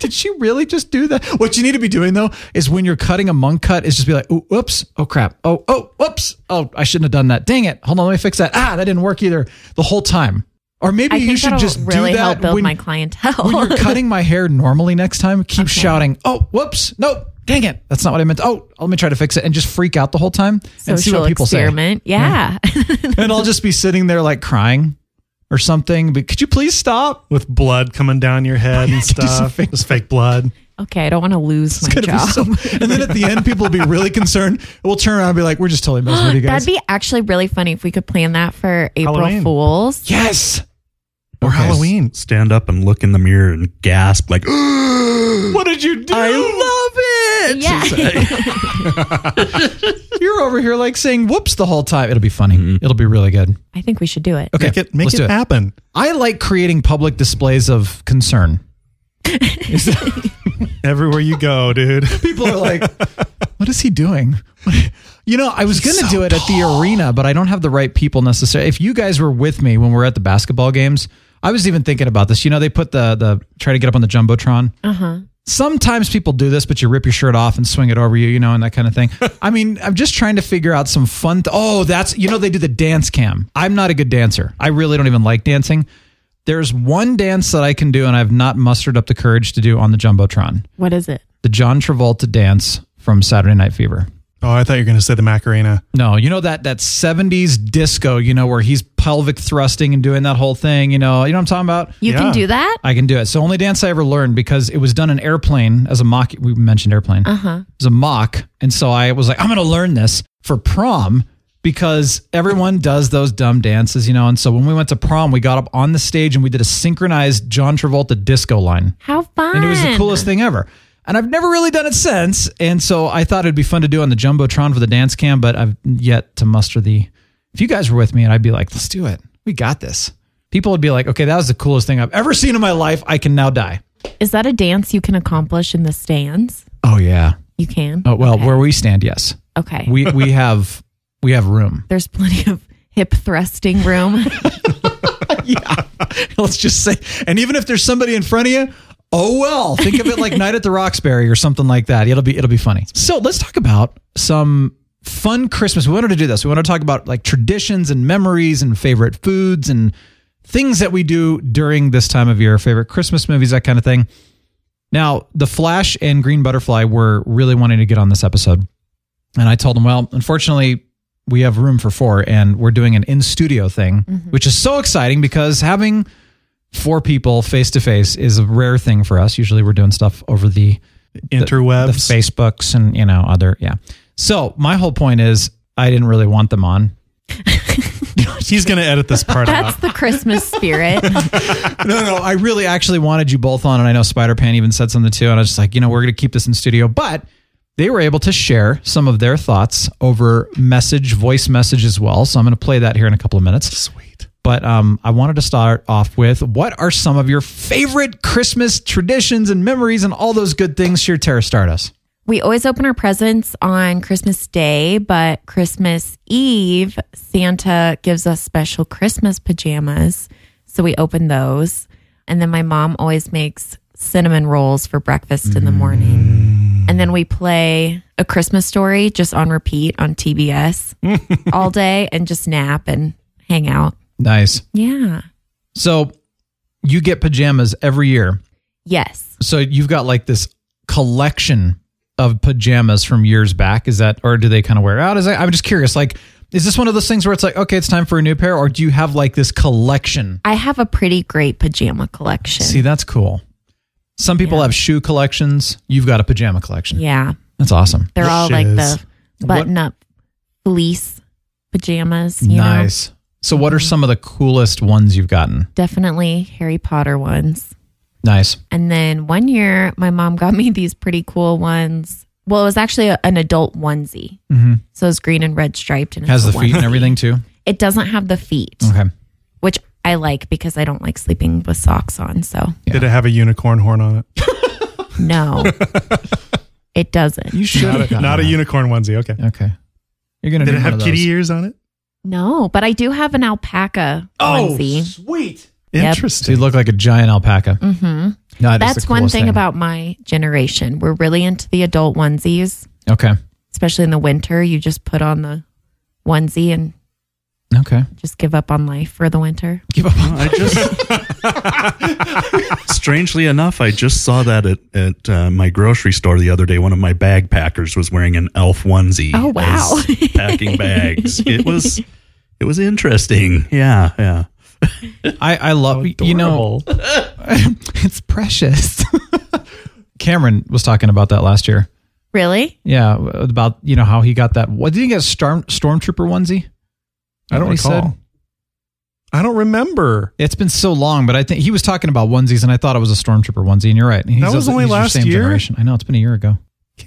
S8: Did she really just do that? What you need to be doing though is when you're cutting a monk cut, is just be like, ooh, whoops, oh crap, oh, oh, whoops, oh, I shouldn't have done that. Dang it! Hold on, let me fix that. Ah, that didn't work either. The whole time, or maybe
S11: I
S8: you
S11: think
S8: should
S11: that'll
S8: just
S11: really
S8: do that
S11: help build
S8: when,
S11: my clientele.
S8: when you're cutting my hair normally next time. Keep shouting, oh, whoops, no, dang it, that's not what I meant. Oh, let me try to fix it, and just freak out the whole time and see
S11: Social
S8: what people
S11: experiment. Yeah.
S8: say. And I'll just be sitting there like crying or something. But could you please stop?
S9: with blood coming down your head and
S8: Just a
S9: stuff.
S8: fake-
S9: Just fake blood.
S11: okay, I don't want to lose my
S8: Gotta be
S11: job.
S8: so- and then at the end, people will be really concerned. We'll turn around and be like, "We're just totally messing with you guys."
S11: That'd be actually really funny if we could plan that for April
S9: Halloween.
S11: Fools.
S8: yes.
S9: or Halloween.
S10: Stand up and look in the mirror and gasp like,
S8: What did you do?
S10: I love it.
S11: Yeah.
S8: You're over here like saying whoops the whole time. It'll be funny. It'll be really good.
S11: I think we should do it.
S8: Okay.
S9: Make it make
S8: let's
S9: it,
S8: do it.
S9: happen.
S8: I like creating public displays of concern. Is that-
S9: Everywhere you go, dude.
S8: People are like, what is he doing? You know, I was going to do it at the arena, but I don't have the right people necessarily. If you guys were with me when we were at the basketball games, I was even thinking about this. You know, they put the the try to get up on the jumbotron.
S11: Uh huh.
S8: Sometimes people do this, but you rip your shirt off and swing it over you, you know, and that kind of thing. I mean, I'm just trying to figure out some fun. Th- oh, that's you know, they do the dance cam. I'm not a good dancer. I really don't even like dancing. There's one dance that I can do, and I've not mustered up the courage to do on the jumbotron.
S11: What is it?
S8: The John Travolta dance from Saturday Night Fever.
S9: Oh, I thought you were going to say the Macarena.
S8: No, you know that that seventies disco, you know, where he's pelvic thrusting and doing that whole thing, you know, you know what I'm talking about?
S11: You
S9: Yeah.
S11: can do that?
S8: I can do it. So only dance I ever learned because it was done in airplane as a mock. We mentioned airplane. Uh huh. It was a mock, and so I was like, I'm going to learn this for prom because everyone does those dumb dances, you know. And so when we went to prom, we got up on the stage and we did a synchronized John Travolta disco line,
S11: How fun.
S8: and it was the coolest thing ever. And I've never really done it since, and so I thought it'd be fun to do on the jumbotron for the dance cam, but I've yet to muster the. If you guys were with me, and I'd be like, let's do it. We got this. People would be like, okay, that was the coolest thing I've ever seen in my life. I can now die.
S11: Is that a dance you can accomplish in the stands?
S8: Oh yeah.
S11: You can.
S8: Oh well, where we stand, yes.
S11: Okay.
S8: We we have we have room.
S11: There's plenty of hip thrusting room.
S8: Let's just say and even if there's somebody in front of you, oh well. Think of it like Night at the Roxbury or something like that. It'll be it'll be funny. So let's talk about some fun Christmas. We wanted to do this. We want to talk about like traditions and memories and favorite foods and things that we do during this time of year, favorite Christmas movies, that kind of thing. Now, The Flash and Green Butterfly were really wanting to get on this episode. And I told them, well, unfortunately, we have room for four and we're doing an in studio thing, which is so exciting because having four people face to face is a rare thing for us. Usually we're doing stuff over the the
S9: Interwebs.
S8: Facebooks and, you know, other. Yeah. So my whole point is I didn't really want them on.
S9: He's going to edit this part out.
S11: Oh, That's the Christmas spirit.
S8: no, no, I really actually wanted you both on, and I know Spider Pan even said something too, and I was just like, you know, we're gonna keep this in studio, but they were able to share some of their thoughts over message, voice message as well. So I'm gonna play that here in a couple of minutes. Sweet. But um, I wanted to start off with what are some of your favorite Christmas traditions and memories and all those good things? Sheer Terra Stardust.
S11: We always open our presents on Christmas Day, but Christmas Eve, Santa gives us special Christmas pajamas. So we open those. And then my mom always makes cinnamon rolls for breakfast in the morning. And then we play a Christmas story just on repeat on TBS all day and just nap and hang out.
S8: Nice.
S11: Yeah.
S8: So you get pajamas every year.
S11: Yes.
S8: So you've got like this collection of pajamas from years back. Is that, or do they kind of wear out? Is that, I'm just curious. Like, is this one of those things where it's like, okay, it's time for a new pair, or do you have like this collection?
S11: I have a pretty great pajama collection.
S8: See, that's cool. Some people
S11: Yeah.
S8: have shoe collections. You've got a pajama collection.
S11: yeah.
S8: That's awesome.
S11: They're all like the
S9: Shiz.
S11: button up fleece pajamas. You Know?
S8: nice. So, what are some of the coolest ones you've gotten?
S11: Definitely Harry Potter ones.
S8: Nice.
S11: And then one year, my mom got me these pretty cool ones. Well, it was actually a, an adult onesie.
S8: Mhm.
S11: So it's green and red striped. And it's
S8: Has
S11: a
S8: the feet and
S11: onesie.
S8: everything too.
S11: It doesn't have the feet,
S8: Okay.
S11: which I like because I don't like sleeping with socks on. So
S9: Did it have a unicorn horn on it?
S11: no, it doesn't.
S8: You should
S9: Not a, not a unicorn onesie. Okay.
S8: Okay. You're gonna
S9: Did
S8: need one
S9: it have
S8: of
S9: kitty
S8: those.
S9: ears on it?
S11: No, but I do have an alpaca
S8: Oh,
S11: onesie.
S8: sweet.
S11: Yep.
S8: So
S9: Interesting.
S8: you look like a giant alpaca.
S11: Mm-hmm.
S8: No, that is the
S11: That's one
S8: coolest
S11: thing, about my generation. We're really into the adult onesies,
S8: Okay.
S11: especially in the winter. You just put on the onesie and
S8: Okay.
S11: just give up on life for the winter.
S8: Give up.
S10: I just. Strangely enough, I just saw that at, at uh, my grocery store the other day. One of my bag packers was wearing an elf onesie.
S11: Oh, wow.
S10: as packing bags. It was it was interesting. Yeah, yeah.
S8: I, I love you know it's precious. Cameron was talking about that last year.
S11: Really?
S8: Yeah, about you know how he got that. What did he get? A storm stormtrooper onesie.
S9: I don't
S8: What he
S9: recall.
S8: said?
S9: I don't remember.
S8: It's been so long, but I think he was talking about onesies, and I thought it was a stormtrooper onesie. And you're right. He's
S9: That
S8: of
S9: was
S8: the-
S9: only
S8: he's your
S9: last
S8: same
S9: year?
S8: Generation. I know it's been a year ago.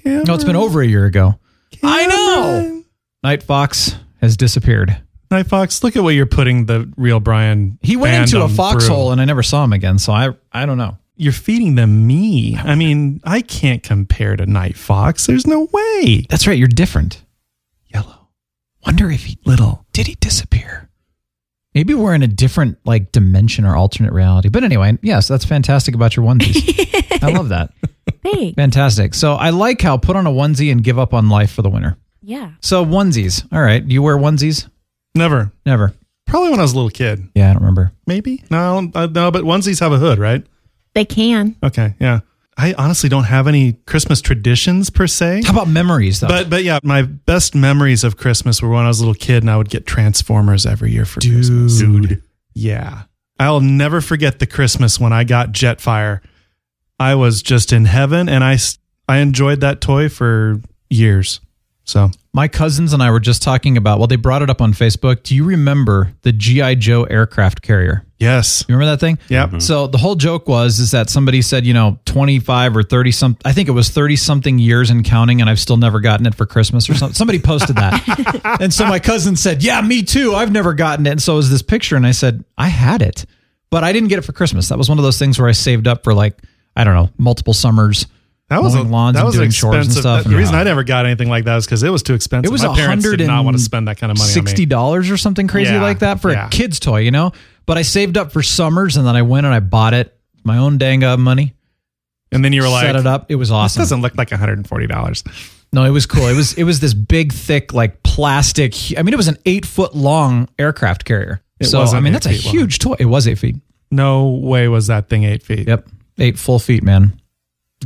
S8: No, it's been
S9: Cameron,
S8: over a year ago. I
S9: Cameron.
S8: know. Night Fox has disappered.
S9: Night Fox, look at what you're putting the real Brian.
S8: He went into a
S9: fandom
S8: foxhole,
S9: through.
S8: and I never saw him again. So I, I don't know.
S9: You're feeding them me. I mean, I can't compare to Night Fox. There's no way.
S8: That's right. You're different.
S9: Yellow,
S8: Wonder if he
S9: little.
S8: did he disappear. Maybe we're in a different like dimension or alternate reality. But anyway, yes, that's fantastic about your onesies. I love that.
S11: Hey,
S8: Fantastic. So I like how put on a onesie and give up on life for the winter.
S11: yeah.
S8: So onesies. All right. Do you wear onesies?
S9: Never.
S8: Never.
S9: Probably when I was a little kid.
S8: Yeah, I don't remember.
S9: Maybe. No, I don't- uh, no, but onesies have a hood, right?
S11: They can.
S9: Okay, yeah. I honestly don't have any Christmas traditions per se.
S8: How about memories though?
S9: But but yeah, my best memories of Christmas were when I was a little kid and I would get Transformers every year for Christmas.
S10: Dude.
S9: Yeah. I'll never forget the Christmas when I got Jetfire. I was just in heaven and I s- I enjoyed that toy for years. So,
S8: My cousins and I were just talking about, well, they brought it up on Facebook. Do you remember the G.I. Joe aircraft carrier?
S9: yes.
S8: You remember that thing?
S9: Yep.
S8: So the whole joke was is that somebody said, you know, 25 or 30 some I think it was 30 something years and counting and I've still never gotten it for Christmas or something. Somebody posted that. and so my cousin said, "Yeah, me too. I've never gotten it." And so it was this picture and I said, "I had it, but I didn't get it for Christmas." That was one of those things where I saved up for like, I don't know, multiple summers.
S9: That was a,
S8: mowing lawns
S9: that
S8: and
S9: was an
S8: doing chores and
S9: expensive.
S8: stuff.
S9: that- the reason
S8: Yeah.
S9: I never got anything like that is because it was too expensive.
S8: It was
S9: my parents did not want to spend that kind of money. on me.
S8: Sixty dollars or something crazy
S9: Yeah,
S8: like that for
S9: yeah.
S8: a kid's toy, you know. But I saved up for summers, and then I went and I bought it my own dang uh, money.
S9: And then you were like,
S8: set it up. It was
S9: This
S8: awesome.
S9: doesn't look like $140.
S8: No, it was cool. It was it was this big, thick, like plastic. I mean, it was an eight foot long aircraft carrier.
S9: It
S8: so
S9: wasn't
S8: I mean,
S9: eight
S8: that's a
S9: feet long.
S8: huge toy. It was eight feet.
S9: No way was that thing eight feet.
S8: Yep, eight full feet, man.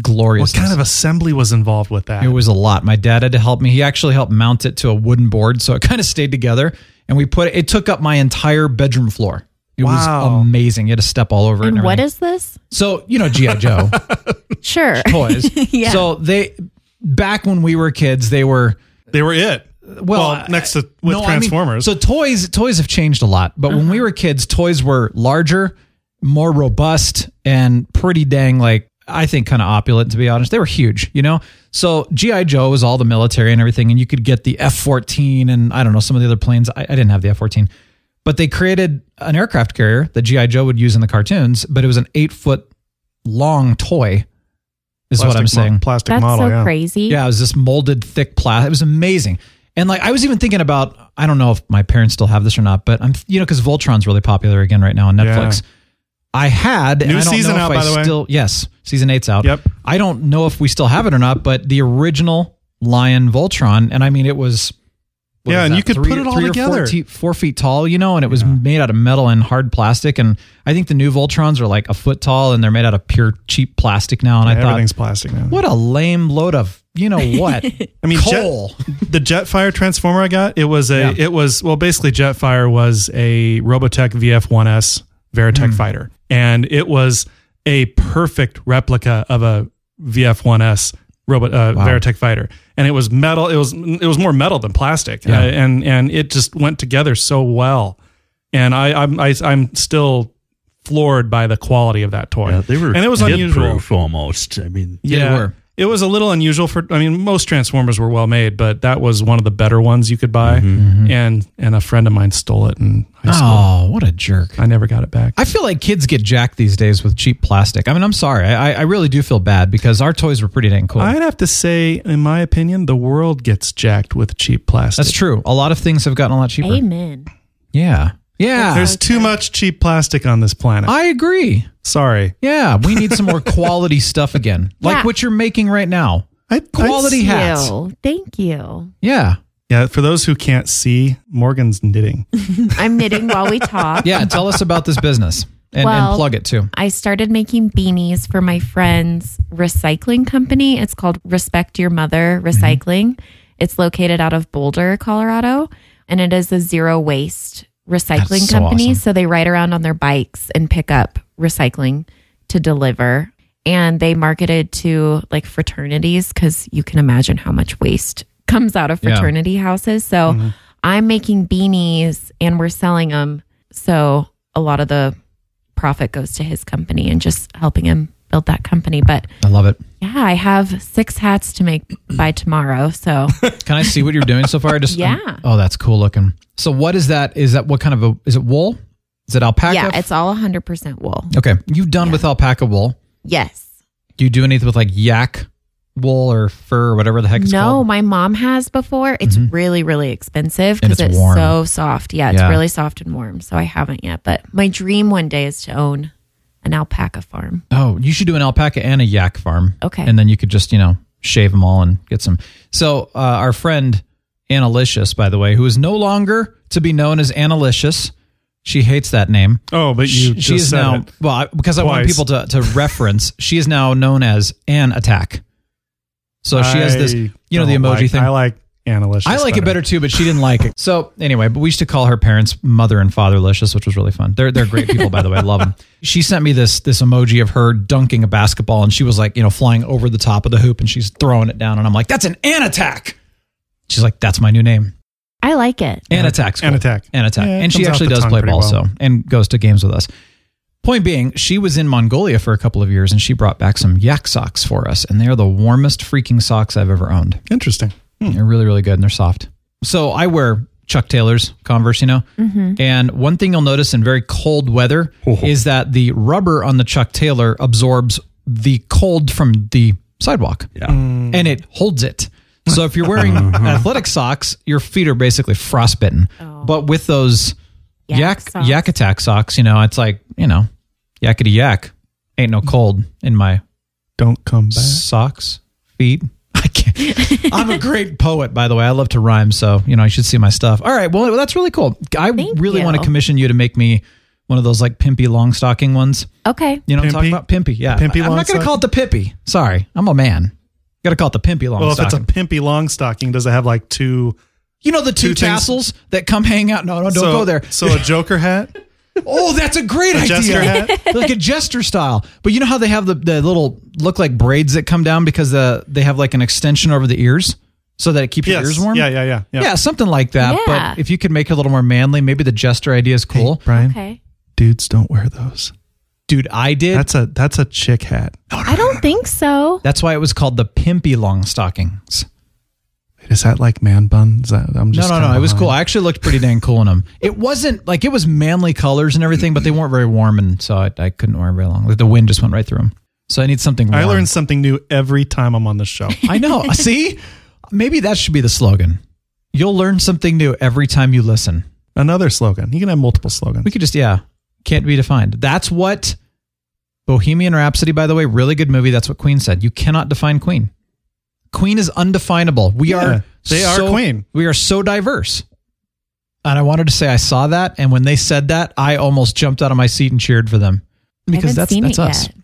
S8: Glorious.
S9: What kind of assembly was involved with that?
S8: It was a lot. My dad had to help me. He actually helped mount it to a wooden board, so it kind of stayed together. And we put it. It took up my entire bedroom floor. It
S9: Wow.
S8: was amazing. You had to step all over it.
S11: And what
S8: everything.
S11: is this?
S8: so you know GI Joe
S11: Sure.
S8: toys?
S11: Yeah.
S8: So they back when we were kids, they were
S9: they were it.
S8: well,
S9: Well, next to- with
S8: I mean,
S9: Transformers. Uh-huh.
S8: so toys toys have changed a lot, but when we were kids, toys were larger, more robust, and pretty dang like I think kind of opulent to be honest. They were huge, you know. So GI Joe was all the military and everything, and you could get the F fourteen and I don't know some of the other planes. I, I didn't have the F fourteen, but they created an aircraft carrier that GI Joe would use in the cartoons, but it was an eight foot long toy. Is
S9: Plastic
S8: what I'm
S9: mo-
S8: saying.
S9: Plastic
S11: That's
S9: model.
S11: so
S9: yeah.
S11: crazy.
S8: Yeah, it was this molded thick plastic. It was amazing. And like I was even thinking about I don't know if my parents still have this or not, but I'm you know because Voltron's really popular again right now on Netflix. I had and
S9: New
S8: I don't
S9: season
S8: know if
S9: out,
S8: I
S9: by the way.
S8: still yes season eight's out.
S9: Yep.
S8: I don't know if we still have it or not, but the original Lion Voltron, and I mean it was. what
S9: Yeah,
S8: is
S9: and
S8: that,
S9: you could put it all
S8: three or Four,
S9: together.
S8: te- four feet tall, you know, and it was made out of metal and hard plastic. And I think the new Voltrons are like a foot tall, and they're made out of pure cheap plastic now. And I
S9: Yeah,
S8: thought
S9: everything's plastic now.
S8: what a lame load of you know what?
S9: I mean,
S8: coal.
S9: Jet, the Jetfire Transformer I got, it was a,
S8: Yeah.
S9: it was, well, basically Jetfire was a Robotech VF1S Veritech fighter. And it was a perfect replica of a VF1S robot, uh,
S8: Wow.
S9: Veritech fighter. And it was metal. It was, it was more metal than plastic.
S8: Yeah.
S9: Uh, and, and it just went together so well. And I, I'm, I, I'm still floored by the quality of that toy.
S10: Yeah, they were
S9: and it was
S10: kid
S9: unusual.
S10: proof almost. I mean,
S8: Yeah, they were.
S9: It was a little unusual for I mean most Transformers were well made, but that was one of the better ones you could buy.
S8: Mm-hmm.
S9: And and a friend of mine stole it in high school.
S8: Oh, what a jerk!
S9: I never got it back.
S8: I feel like kids get jacked these days with cheap plastic. I mean, I'm sorry. I, I- I really do feel bad because our toys were pretty dang cool.
S9: I'd have to say, in my opinion, the world gets jacked with cheap plastic.
S8: That's true. A lot of things have gotten a lot cheaper.
S11: Amen.
S8: Yeah, yeah.
S9: There's too much cheap plastic on this planet.
S8: I agree.
S9: Sorry.
S8: Yeah, we need some more quality stuff again, like
S11: Yeah.
S8: what you're making right now.
S9: I,
S8: Quality
S9: I-
S8: hats.
S11: Ew. Thank you.
S8: Yeah,
S9: yeah, for those who can't see, Morgan's knitting.
S11: I'm knitting while we talk.
S8: yeah. Tell us about this business and, and
S11: Well,
S8: plug it too.
S11: I started making beanies for my friend's recycling company. It's called Respect Your Mother
S8: Mm-hmm.
S11: Recycling. It's located out of Boulder, Colorado, and it is a zero waste recycling
S8: That's so
S11: company.
S8: awesome.
S11: So they ride around on their bikes and pick up recycling to deliver. And they marketed to like fraternities because you can imagine how much waste comes out of
S8: Yeah.
S11: fraternity houses. So I'm making beanies and we're selling them. So a lot of the profit goes to his company and just helping him build that company. But
S8: I love it.
S11: yeah, I have six hats to make by tomorrow. So
S8: Can I see what you're doing so far? Just
S11: Yeah.
S8: oh, that's cool looking. So what is that? Is that what kind of a? Is it wool? Is it alpaca?
S11: yeah, it's all 100% wool.
S8: okay. You've done with alpaca wool.
S11: Yes.
S8: Do you do anything with like yak wool or fur or whatever the heck it's
S11: no,
S8: called? Mm-hmm.
S11: my mom has before. It's really, really expensive
S8: And
S11: because
S8: it's
S11: it's,
S8: warm.
S11: so soft. Yeah, it's
S8: Yeah.
S11: really soft and warm. So I haven't yet. But my dream one day is to own an alpaca farm.
S8: Oh, you should do an alpaca and a yak farm.
S11: Okay.
S8: And then you could just, you know, shave them all and get some. So, uh, our friend Annalicious, by the way, who is no longer to be known as Annalicious, she hates that name.
S9: Oh, but you
S8: She-
S9: just
S8: she is
S9: said
S8: now,
S9: it.
S8: well, I, because I want
S9: twice.
S8: people to, to reference, she is now known as An Attack. So she has this,
S9: I
S8: you know, the
S9: don't
S8: emoji
S9: like-
S8: thing.
S9: I like Annalicious.
S8: I like it better too, but she didn't like it. So anyway, but we used to call her parents mother and fatherlicious, which was really fun. They're they're great people, by the way. I love them. She sent me this this emoji of her dunking a basketball, and she was like, you know, flying over the top of the hoop, and she's throwing it down, and I'm like, that's an an attack. She's like, that's my new name,
S11: I like it.
S8: an attack's cool.
S9: An attack.
S8: an attack,
S9: Yeah, it
S8: and she
S9: comes off
S8: actually
S9: the
S8: does
S9: tongue
S8: play
S9: pretty
S8: ball, so
S9: well.
S8: and goes to games with us. Point being, she was in Mongolia for a couple of years, and she brought back some yak socks for us, and they are the warmest freaking socks I've ever owned.
S9: Interesting.
S8: They're really, really good and they're soft. So I wear Chuck Taylor's Converse, you know. And one thing you'll notice in very cold weather is that the rubber on the Chuck Taylor absorbs the cold from the sidewalk
S10: Yeah.
S8: Mm. and it holds it. So if you're wearing
S9: Uh-huh.
S8: athletic socks, your feet are basically frostbitten. But with those
S11: Oh. Yak
S8: yak
S11: socks.
S8: yak attack socks, you know, it's like, you know, yakety yak. Ain't no cold in my
S9: Don't come back.
S8: socks, feet. I can't. I'm a great poet, by the way. I love to rhyme, so you know you should see my stuff. All right, well that's really cool. I
S11: Thank
S8: really
S11: you.
S8: want to commission you to make me one of those like pimpy long stocking ones.
S11: Okay.
S8: You know, what I'm talking
S9: Pimpy?
S8: about pimpy. Yeah,
S9: Pimpy
S8: I, am
S9: long
S8: not going to
S9: stock-
S8: call it the pimpy. Sorry, I'm a man. Got to call it the pimpy long
S9: Well, if it's a
S8: stocking.
S9: pimpy long stocking, does it have like two?
S8: you know the two,
S9: two things-
S8: tassels that come hang out. No, no, Oh, don't
S9: so,
S8: go there.
S9: So a Joker hat,
S8: Oh, that's a great idea.
S9: jester
S8: like a jester style. But you know how they have the, the little look like braids that come down because the, they have like an extension over the ears so that it keeps
S9: Yes.
S8: your ears warm?
S9: Yeah, yeah, yeah,
S8: Yeah,
S9: yeah.
S8: something like that.
S11: Yeah.
S8: But if you could make it a little more manly, maybe the jester idea is cool.
S9: Brian.
S11: Okay.
S9: Dudes don't wear those.
S8: Dude, I did. That's,
S9: That's a that's a chick hat.
S11: I don't think so.
S8: why it was called the pimpy long stockings.
S9: Is that like man bun? Is that, I'm
S8: No,
S9: just
S8: no, no.
S9: kinda
S8: It was
S9: high.
S8: cool. I actually looked pretty dang cool in them. It wasn't like it was manly colors and everything, but they weren't very warm. And so I, I couldn't wear them very long. The wind just went right through them. So I need something warm.
S9: I learn something new every time I'm on the show.
S8: I know. See, maybe that should be the slogan. You'll learn something new every time you listen.
S9: Another slogan. You can have multiple slogans.
S8: We could just, yeah, can't be defined. That's what Bohemian Rhapsody, by the way, really good movie. That's what Queen said. You cannot define Queen. Queen is undefinable. We
S9: Yeah,
S8: are,
S9: they are
S8: so-
S9: Queen.
S8: We are so diverse. And I wanted to say I saw that, and when they said that, I almost jumped out of my seat and cheered for them
S11: I
S8: because
S11: haven't
S8: that's
S11: seen
S8: that's
S11: it
S8: us.
S11: yet.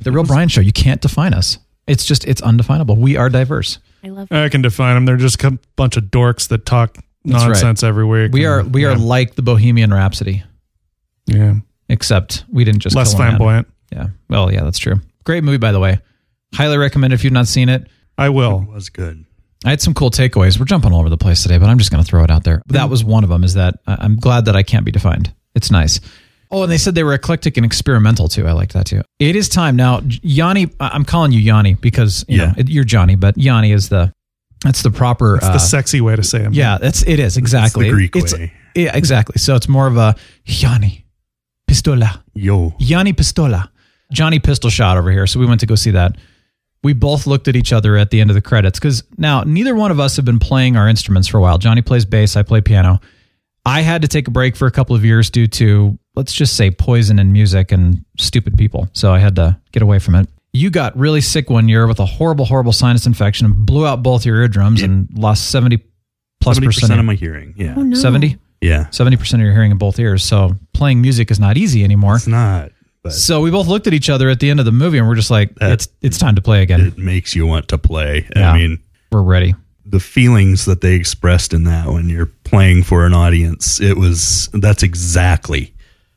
S8: The real Brian show. You can't define us. It's just it's undefinable. We are diverse.
S11: I love it.
S9: I can define them. They're just a bunch of dorks that talk
S8: That's right.
S9: nonsense every week.
S8: We are
S9: and-
S8: we are
S9: yeah.
S8: like the Bohemian Rhapsody,
S9: yeah.
S8: except we didn't just
S9: less
S8: kill a man.
S9: flamboyant.
S8: Yeah. Well, yeah, that's true. Great movie, by the way. Highly recommend if you've not seen it.
S9: I
S10: It
S9: will.
S10: was good.
S8: I had some cool takeaways. We're jumping all over the place today, but I'm just going to throw it out there. That was one of them. Is that I- I'm glad that I can't be defined. It's nice. Oh, and they said they were eclectic and experimental too. I liked that too. It is time now, J- Yanni. I- I'm calling you Yanni because you
S10: Yeah.
S8: know, it- you're Johnny, but Yanni is the that's the proper uh,
S9: It's the sexy way to say them.
S8: Yeah, that's it is exactly
S10: Greek
S8: It's-
S10: way.
S8: Yeah, exactly. So it's more of a Yanni Pistola,
S10: Yo.
S8: Yanni Pistola, Johnny Pistol Shot over here. So we went to go see that. We both looked at each other at the end of the credits because now neither one of us have been playing our instruments for a while. Johnny plays bass, I play piano. I had to take a break for a couple of years due to let's just say poison and music and stupid people. So I had to get away from it. You got really sick one year with a horrible, horrible sinus infection and blew out both your eardrums and lost seventy plus
S10: Seventy
S8: percent
S10: percent of
S8: of
S10: my hearing. Yeah.
S11: Oh, no.
S8: seventy.
S10: Yeah.
S8: 70% of your hearing in both ears. So playing music is not easy anymore.
S10: It's not. But
S8: So we both looked at each other at the end of the movie and we're just like,
S10: That-
S8: it's, it's time to play again.
S10: it makes you want to play.
S8: Yeah.
S10: I mean,
S8: We're ready.
S10: the feelings that they expressed in that when you're playing for an audience, it was that's exactly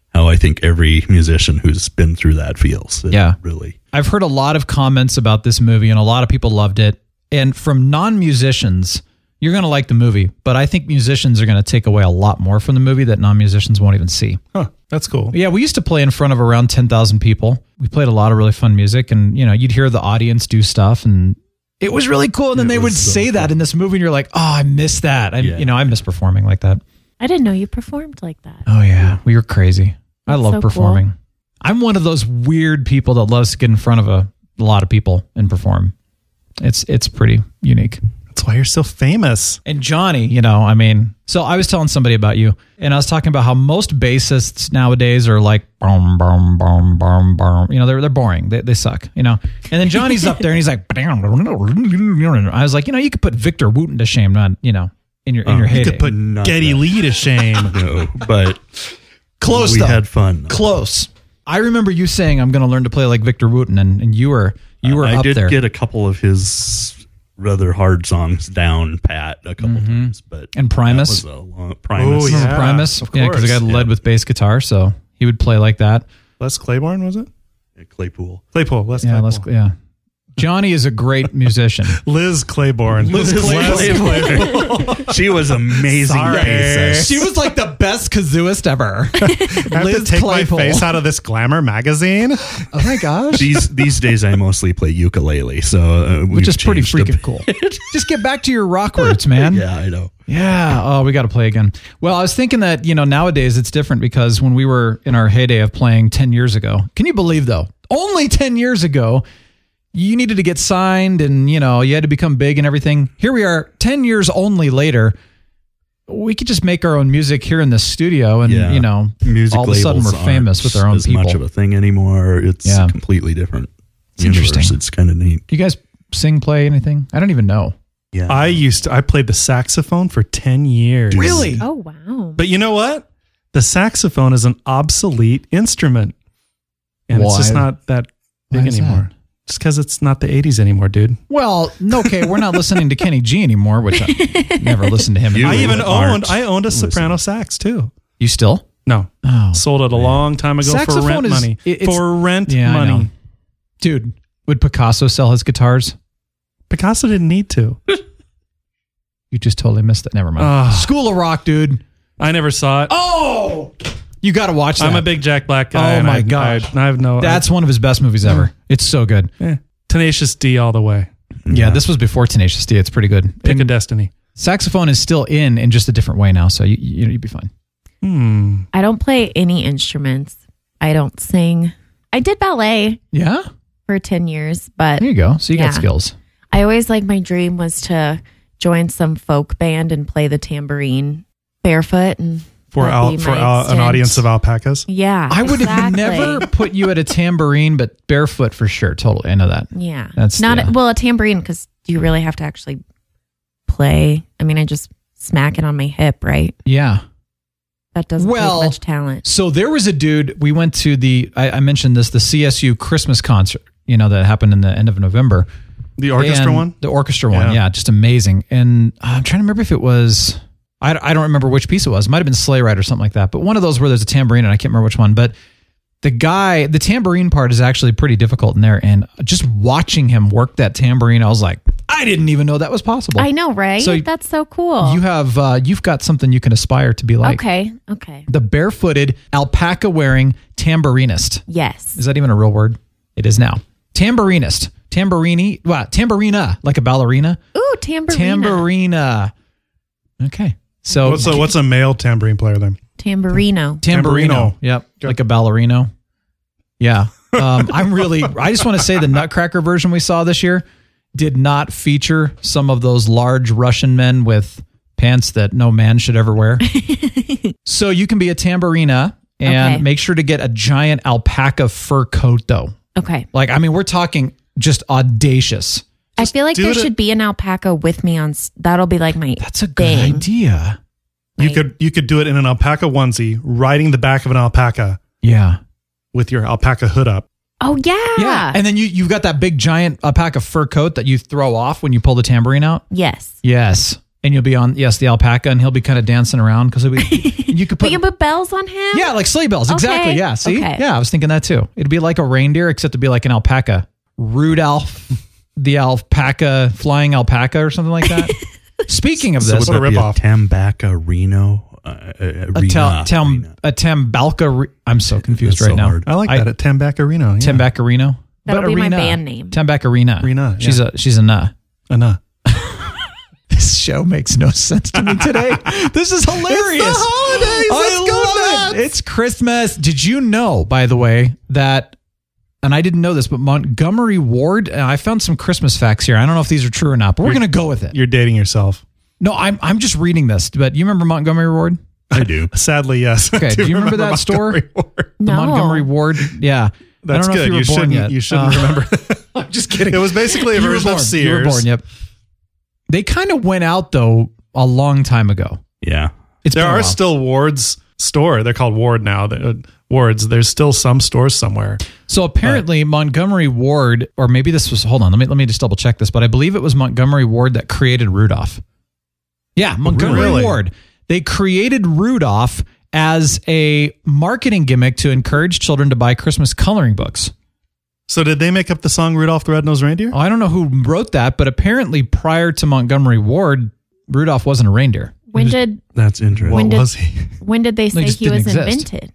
S10: how I think every musician who's been through that feels. It
S8: Yeah.
S10: Really.
S8: I've heard a lot of comments about this movie and a lot of people loved it. And from non musicians, you're going to like the movie, but I think musicians are going to take away a lot more from the movie that non musicians won't even see.
S9: Huh. That's cool.
S8: Yeah, we used to play in front of around 10,000 people. We played a lot of really fun music and, you know, you'd hear the audience do stuff and it was really cool. And then
S10: It
S8: they
S10: was
S8: would
S10: so
S8: say that
S10: cool.
S8: in this movie and you're like, oh, I miss that. I,
S10: Yeah.
S8: You know, I miss performing like that.
S11: I didn't know you performed like that.
S8: Oh, yeah. We were crazy. I
S11: That's
S8: love
S11: so
S8: performing. I'm one of those weird people that loves to get in front of a, lot of people and perform. It's it's pretty unique.
S9: That's why you're so famous.
S8: And Johnny, you know, I mean, so I was telling somebody about you, and I was talking about how most bassists nowadays are like, boom, boom, boom, boom, boom. You know, they're they're boring. They, they suck. You know. And then Johnny's up there, and he's like, I was like, you know, you could put Victor Wooten to shame, not you know, in your in your
S9: Oh, You
S8: heyday.
S9: could put
S10: um, Not
S9: Getty
S10: that.
S9: Lee to shame.
S10: No, but
S8: close.
S10: we
S8: though.
S10: had fun.
S8: Close. I remember you saying, "I'm going to learn to play like Victor Wooten," and, and you were you were
S10: I
S8: up
S10: did
S8: there.
S10: get a couple of his rather hard songs down pat a couple times, but
S8: Mm-hmm. And Primus?
S10: that was a long, Primus.
S9: Oh,
S8: Remember
S9: Yeah,
S8: Primus,
S9: of
S8: yeah, because the guy
S9: course.
S8: led with bass guitar, so he would play like that.
S9: Les Claiborne, was it?
S10: Claypool.
S9: Claypool. Les
S8: Yeah,
S9: Claypool.
S8: let's yeah. Johnny is a great musician.
S9: Liz Claiborne. Liz
S10: she was amazing.
S9: Sorry.
S10: bassist.
S9: She
S8: was like the best kazooist ever.
S9: I have to
S8: Liz
S9: take
S8: Claypool.
S9: my face out of this glamour magazine.
S8: Oh my gosh.
S10: These these days, I mostly play ukulele, so uh,
S8: Which
S10: we've
S8: is pretty
S10: changed a
S8: freaking
S10: bit.
S8: cool. Just get back to your rock roots, man.
S10: Yeah, I know.
S8: Yeah. Oh, we got to play again. Well, I was thinking that, you know, nowadays it's different because when we were in our heyday of playing 10 years ago, can you believe though? Only 10 years ago, you needed to get signed and, you know, you had to become big and everything. Here we are 10 years only later. We could just make our own music here in the studio and,
S10: Yeah.
S8: you know,
S10: Music
S8: all of a sudden we're
S10: labels
S8: famous with our
S10: aren't
S8: own
S10: as
S8: people.
S10: much of a thing anymore. It's
S8: Yeah.
S10: completely different. It's
S8: interesting.
S10: It's kind of neat.
S8: Do you guys sing, play anything? I don't even know.
S10: Yeah,
S9: I used to, I played the saxophone for 10 years.
S8: Really?
S11: Oh wow.
S9: But you know what? The saxophone is an obsolete instrument. And it's
S8: Why?
S9: just not that
S8: Why
S9: big
S8: is
S9: anymore. Just because it's not the 80s anymore, dude.
S8: Well, no, okay, we're not listening to Kenny G anymore, which I never listened to him.
S10: You
S9: I even owned
S10: aren't
S9: I owned a soprano sax too.
S8: You still?
S9: No.
S8: Oh.
S9: Sold it a long time ago for
S8: Saxophone
S9: rent
S8: is-
S9: money.
S8: it- it's-
S9: for rent
S8: Yeah, I know.
S9: money.
S8: Dude, would Picasso sell his guitars?
S9: Picasso didn't need to.
S8: You just totally missed it. Never mind.
S9: Ugh.
S8: School of Rock, dude.
S9: I never saw it.
S8: Oh, you got to watch that.
S9: I'm a big Jack Black guy.
S8: Oh
S9: and
S8: my
S9: I,
S8: gosh.
S9: I, I have no.
S8: That's one of his best movies ever. It's so good.
S9: eh, Tenacious D all the way.
S8: Yeah, this was before Tenacious D. It's pretty good.
S9: Pick a
S8: And
S9: destiny.
S8: saxophone is still in in just a different way now, so you, you you'd be fine.
S9: Hmm.
S11: I don't play any instruments. I don't sing. I did ballet
S8: Yeah,
S11: for 10 years, but
S8: there you go. So you
S11: Yeah.
S8: got skills.
S11: I always like my dream was to join some folk band and play the tambourine barefoot and
S9: For
S11: that'd
S9: al,
S11: be
S9: for
S11: my
S9: al, an
S11: extent.
S9: audience of alpacas.
S11: Yeah.
S8: I would have
S11: exactly.
S8: never put you at a tambourine, but barefoot for sure. Totally, I know that.
S11: Yeah.
S8: That's-
S11: That's not
S8: yeah.
S11: well a tambourine because you really have to actually play. I mean, I just smack it on my hip, right?
S8: Yeah.
S11: That doesn't
S8: Well,
S11: take much talent.
S8: So there was a dude. We went to the. I, I mentioned this. The CSU Christmas concert. You know that happened in the end of November.
S9: The orchestra
S8: And
S9: one.
S8: The orchestra one.
S9: Yeah.
S8: Yeah, just amazing. And uh, I'm trying to remember if it was. I, I don't remember which piece it was. It might have been Sleigh Ride or something like that. But one of those where there's a tambourine, and I can't remember which one. But the guy, the tambourine part is actually pretty difficult in there. And just watching him work that tambourine, I was like, I didn't even know that was possible.
S11: I know, right?
S8: So
S11: That's so cool.
S8: You have uh, you've got something you can aspire to be like.
S11: okay. Okay.
S8: The barefooted alpaca wearing tambourinist.
S11: Yes.
S8: Is that even a real word? It is now. Tambourinist. Tambourini. Wow, tambourina, like a ballerina.
S11: Ooh, tambourine.
S8: Tambourina. Okay. So
S9: What's a, what's a male tambourine player then?
S11: Tambourino.
S8: tambourino.
S9: tambourino.
S8: Yep. Like a ballerino. Yeah. Um, I'm really I just want to say the Nutcracker version we saw this year did not feature some of those large Russian men with pants that no man should ever wear. so you can be a tambourina and
S11: Okay.
S8: make sure to get a giant alpaca fur coat though.
S11: Okay.
S8: Like, I mean, we're talking just audacious.
S11: I feel like
S9: do
S11: there
S9: it-
S11: should be an alpaca with me on. s- That'll be like my.
S8: That's a good
S11: Thing.
S8: idea.
S9: You could you could do it in an alpaca onesie, riding the back of an alpaca
S8: Yeah.
S9: with your alpaca hood up.
S11: Oh yeah.
S8: And then you, you've got that big giant alpaca fur coat that you throw off when you pull the tambourine out.
S11: yes.
S8: Yes. And you'll be on, yes, the alpaca, and he'll be kind of dancing around because he'll be, you could
S11: We
S8: put,
S11: can put bells on him.
S8: yeah, like sleigh bells. Exactly.
S11: Okay.
S8: Yeah. See?
S11: Okay.
S8: Yeah. I was thinking that too. It'd be like a reindeer, except it'd be like an alpaca. Rudolph, the alpaca, flying alpaca or something like that. Speaking of
S10: So
S8: this,
S10: would that
S9: What a
S10: be a
S9: ripoff.
S10: Tambaca Reno? Uh, uh,
S8: a,
S10: Rena,
S8: tal- tam-
S10: Rena.
S8: a Tambalca. Re- I'm so confused
S10: That's
S8: right
S10: so
S8: now.
S10: hard.
S9: I like
S8: I-
S9: that at Tambacarino. Yeah.
S8: Tambacarino.
S11: That'll
S8: But
S11: be my
S8: Arena.
S11: band name.
S8: Tambacarina.
S9: Arena,
S8: She's
S9: yeah.
S8: a she's a nah.
S9: Enough.
S8: This show makes no sense to me today. this is hilarious.
S9: It's the holidays.
S8: I
S9: Let's go
S8: love it.
S9: nuts.
S8: It's Christmas. Did you know, by the way, that and I didn't know this, but Montgomery Ward, and I found some Christmas facts here. I don't know if these are true or not, but we're going to go with it.
S9: You're dating yourself.
S8: No, I'm I'm just reading this, but you remember Montgomery Ward?
S10: I do.
S9: Sadly, yes. I
S8: Okay, do you remember that store?
S9: Montgomery Ward.
S11: No.
S8: The Montgomery Ward. Yeah.
S9: That's
S8: I don't know
S9: good.
S8: if you were
S9: You
S8: born
S9: shouldn't-
S8: yet. Uh,
S9: you shouldn't remember.
S8: I'm just kidding.
S9: It was basically a
S8: You were
S9: version of
S8: born. You were
S9: Sears.
S8: born, yep. They kind of went out though a long time ago.
S10: Yeah.
S8: It's
S9: There
S8: been a
S9: are
S8: while.
S9: still Ward's store. They're called Ward now. They're- uh, Ward's. There's still some stores somewhere.
S8: So apparently Montgomery Ward, or maybe this was hold on, let me let me just double check this, but I believe it was Montgomery Ward that created Rudolph. Yeah, Montgomery
S9: Really?
S8: Ward. They created Rudolph as a marketing gimmick to encourage children to buy Christmas coloring books.
S9: So did they make up the song Rudolph the Red-Nosed Reindeer?
S8: I don't know who wrote that, but apparently prior to Montgomery Ward, Rudolph wasn't a reindeer.
S11: When did
S10: That's interesting.
S9: What
S11: did-
S9: was he?
S11: when did they say
S8: just
S11: he
S8: didn't
S11: was
S8: exist.
S11: invented?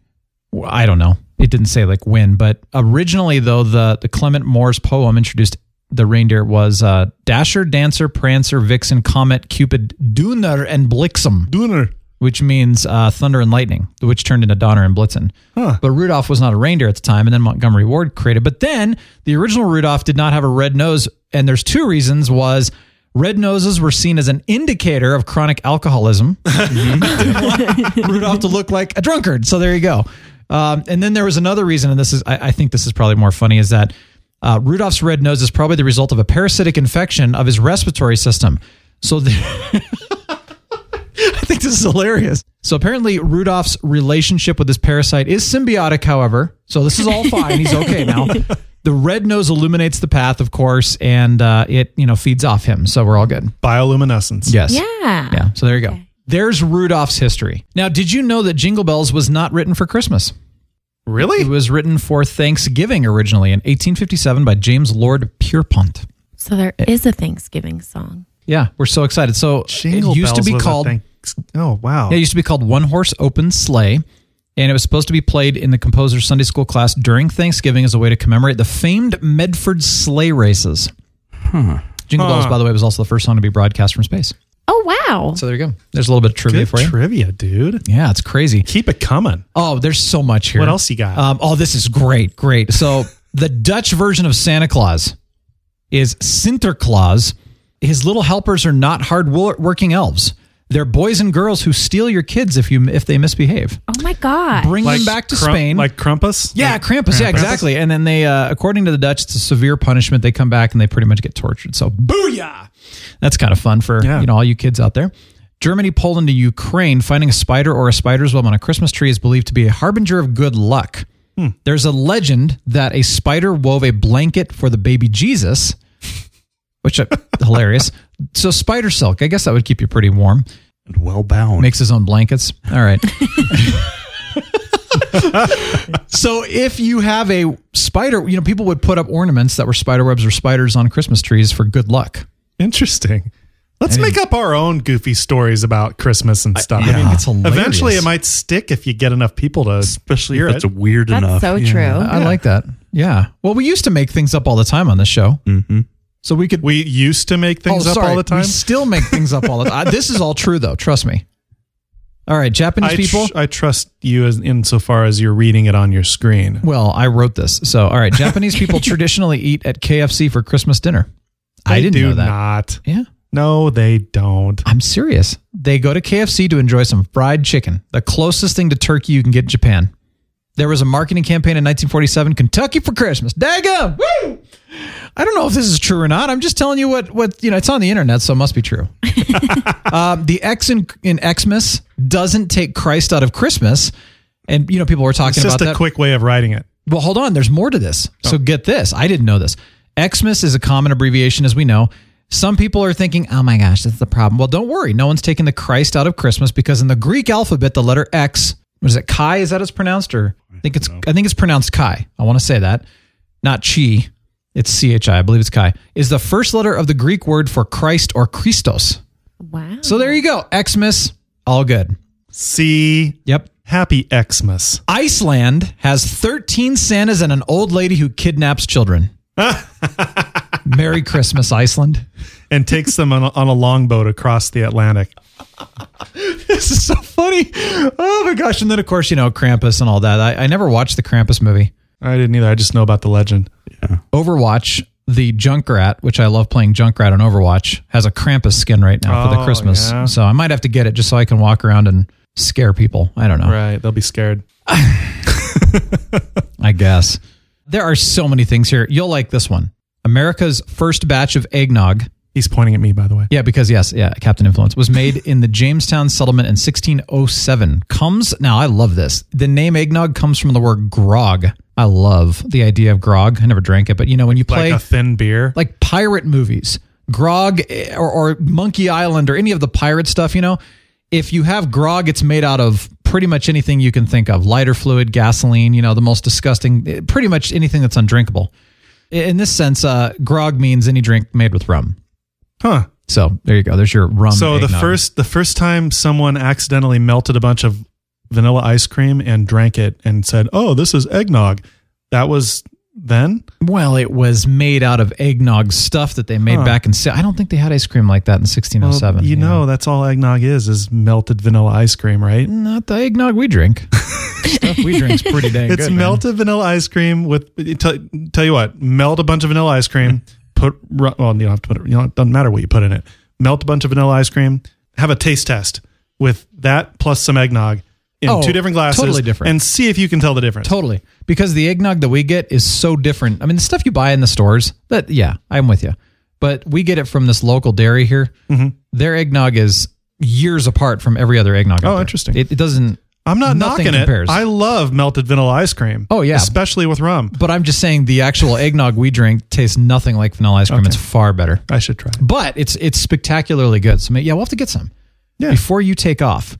S8: Well, I don't know. It didn't say like when, but originally though the the Clement Moore's poem introduced the reindeer was uh, Dasher, Dancer, Prancer, Vixen, Comet, Cupid, Dooner, and Blixen,
S9: Dooner.
S8: which means uh, thunder and lightning, which turned into Donner and Blitzen.
S9: Huh.
S8: But Rudolph was not a reindeer at the time, and then Montgomery Ward created. But then the original Rudolph did not have a red nose, and there's two reasons: was red noses were seen as an indicator of chronic alcoholism. Rudolph to look like a drunkard. So there you go. Um, and then there was another reason, and this is I, I think this is probably more funny, is that uh, Rudolph's red nose is probably the result of a parasitic infection of his respiratory system. So the- I think this is hilarious. So apparently Rudolph's relationship with this parasite is symbiotic, however. So this is all fine. He's okay now. The red nose illuminates the path, of course, and uh, it you know feeds off him. So we're all good.
S9: Bioluminescence.
S8: Yes.
S11: Yeah.
S8: Yeah. So there you go. There's Rudolph's history. Now, did you know that Jingle Bells was not written for Christmas? It
S9: Really?
S8: was written for Thanksgiving originally in 1857 by James Lord Pierpont.
S11: So there is a Thanksgiving song.
S8: Yeah, we're so excited. So
S9: Jingle
S8: it used to
S9: Bells
S8: be
S9: was a
S8: called
S9: thanks- Oh wow.
S8: yeah, it used to be called One Horse Open Sleigh, and it was supposed to be played in the composer's Sunday school class during Thanksgiving as a way to commemorate the famed Medford sleigh races. Jingle Bells,
S9: Hmm. Huh.
S8: by the way, was also the first song to be broadcast from space.
S11: Oh wow.
S8: So there you go. There's a little bit of trivia
S9: Good
S8: for you.
S9: trivia, dude.
S8: yeah, it's crazy.
S9: Keep it coming.
S8: Oh, there's so much here.
S9: What else you got?
S8: Um, oh, this is great, great. So the Dutch version of Santa Claus is Sinterklaas. His little helpers are not hard-working elves. They're boys and girls who steal your kids if you if they misbehave.
S11: oh my god.
S8: Bring them back to
S9: Crump-
S8: Spain.
S9: Like Krampus?
S8: yeah,
S9: Like
S8: Krampus. Yeah, exactly. And then they, uh, according to the Dutch, it's a severe punishment. They come back and they pretty much get tortured. So booyah! That's kind of fun for
S9: Yeah.
S8: you know all you kids out there. Germany, Poland, and Ukraine. Finding a spider or a spider's web on a Christmas tree is believed to be a harbinger of good luck.
S9: Hmm.
S8: There's a legend that a spider wove a blanket for the baby Jesus, which uh, hilarious. So spider silk. I guess that would keep you pretty warm.
S10: well bound.
S8: Makes his own blankets. All right. so if you have a spider, you know, people would put up ornaments that were spider webs or spiders on Christmas trees for good luck.
S9: Interesting. Let's
S8: I
S9: make up our own goofy stories about Christmas and stuff.
S8: I mean, it's hilarious.
S9: Eventually, it might stick if you get enough people to.
S10: Especially
S9: hear
S10: if it's
S9: it.
S10: weird
S11: That's
S10: enough.
S11: so
S10: Yeah.
S9: Oh,
S11: true.
S8: I like that. Yeah. Well, we used to make things up all the time on this show. Mm-hmm. So we could
S9: We used to make things
S8: Oh,
S9: up
S8: sorry.
S9: all the
S8: We
S9: time.
S8: still make things up all the time. this is all true though. Trust me. All right, Japanese
S9: I, tr-
S8: people.
S9: I trust you as insofar as you're reading it on your screen.
S8: well, I wrote this. So, all right, Japanese people traditionally eat at KFC for Christmas dinner. I
S9: They
S8: didn't
S9: do
S8: know that.
S9: not.
S8: Yeah.
S9: No, they don't.
S8: I'm serious. They go to KFC to enjoy some fried chicken, the closest thing to turkey you can get in Japan. There was a marketing campaign in 1947, Kentucky for Christmas. Dago! Woo! I don't know if this is true or not. I'm just telling you what what you know. It's on the internet, so it must be true. um, the X in, in Xmas doesn't take Christ out of Christmas, and you know people were talking
S9: It's just
S8: about
S9: a
S8: that.
S9: quick way of writing it.
S8: Well, hold on. There's more to this. So get this. I didn't know this. Xmas is a common abbreviation, as we know. Some people are thinking, oh my gosh, that's the problem. Well, don't worry. No one's taking the Christ out of Christmas because in the Greek alphabet, the letter X, what is it? Chi? Is that it's pronounced? Or I think it's I think it's pronounced Chi. I want to say that. Not Chi. It's C H I. I believe it's Chi. Is the first letter of the Greek word for Christ or Christos.
S11: Wow.
S8: So there you go. Xmas, all good.
S9: See,
S8: Yep.
S9: happy Xmas.
S8: Iceland has 13 Santas and an old lady who kidnaps children. Merry Christmas, Iceland.
S9: And takes them on a, on a longboat across the Atlantic.
S8: This is so funny. Oh my gosh. And then, of course, you know, Krampus and all that. I, I never watched the Krampus movie.
S9: I didn't either. I just know about the legend.
S8: Overwatch, the Junkrat, which I love playing Junkrat on Overwatch, has a Krampus skin right now for the
S9: Oh,
S8: Christmas.
S9: yeah.
S8: So I might have to get it just so I can walk around and scare people. I don't know.
S9: Right. They'll be scared.
S8: I guess. There are so many things here. You'll like this one. America's first batch of eggnog.
S9: He's pointing at me, by the way.
S8: Yeah, because yes, yeah, Captain Influence was made in the Jamestown settlement in 1607. Comes now, I love this. The name eggnog comes from the word grog. I love the idea of grog. I never drank it, but you know when you play
S9: Like a thin beer.
S8: like pirate movies, grog eh, or, or Monkey Island or any of the pirate stuff, you know, if you have grog, it's made out of pretty much anything you can think of lighter fluid, gasoline, you know, the most disgusting, eh, pretty much anything that's undrinkable. I- In this sense, uh, grog means any drink made with rum.
S9: huh.
S8: So there you go. There's your rum.
S9: So
S8: Um,
S9: the
S8: eggnog.
S9: first the first time someone accidentally melted a bunch of vanilla ice cream and drank it and said, "Oh, this is eggnog." That was then?
S8: well, it was made out of eggnog stuff that they made
S9: Huh.
S8: back in. se- I don't think they had ice cream like that in 1607.
S9: Well, you know, that's all eggnog is is melted vanilla ice cream, right?
S8: not the eggnog we drink. stuff we drink's pretty dang
S9: It's
S8: good, man.
S9: melted vanilla ice cream with tell, tell you what, melt a bunch of vanilla ice cream, put ru- well, you don't have to put it, you know, it doesn't matter what you put in it. Melt a bunch of vanilla ice cream, have a taste test with that plus some eggnog in
S8: Oh,
S9: two different glasses
S8: totally different.
S9: and see if you can tell the difference.
S8: Totally. Because the eggnog that we get is so different. I mean, the stuff you buy in the stores, that yeah, I'm with you. But we get it from this local dairy here.
S9: Mm-hmm.
S8: Their eggnog is years apart from every other eggnog. out
S9: Oh,
S8: there.
S9: interesting.
S8: It, it doesn't.
S9: I'm not
S8: Nothing
S9: knocking
S8: compares.
S9: it. I love melted vanilla ice cream.
S8: Oh, yeah.
S9: especially with rum.
S8: But I'm just saying the actual eggnog we drink tastes nothing like vanilla ice cream. It's far better.
S9: I should try. it.
S8: But it's it's spectacularly good. So ma- yeah, we'll have to get some
S9: Yeah.
S8: before you take off.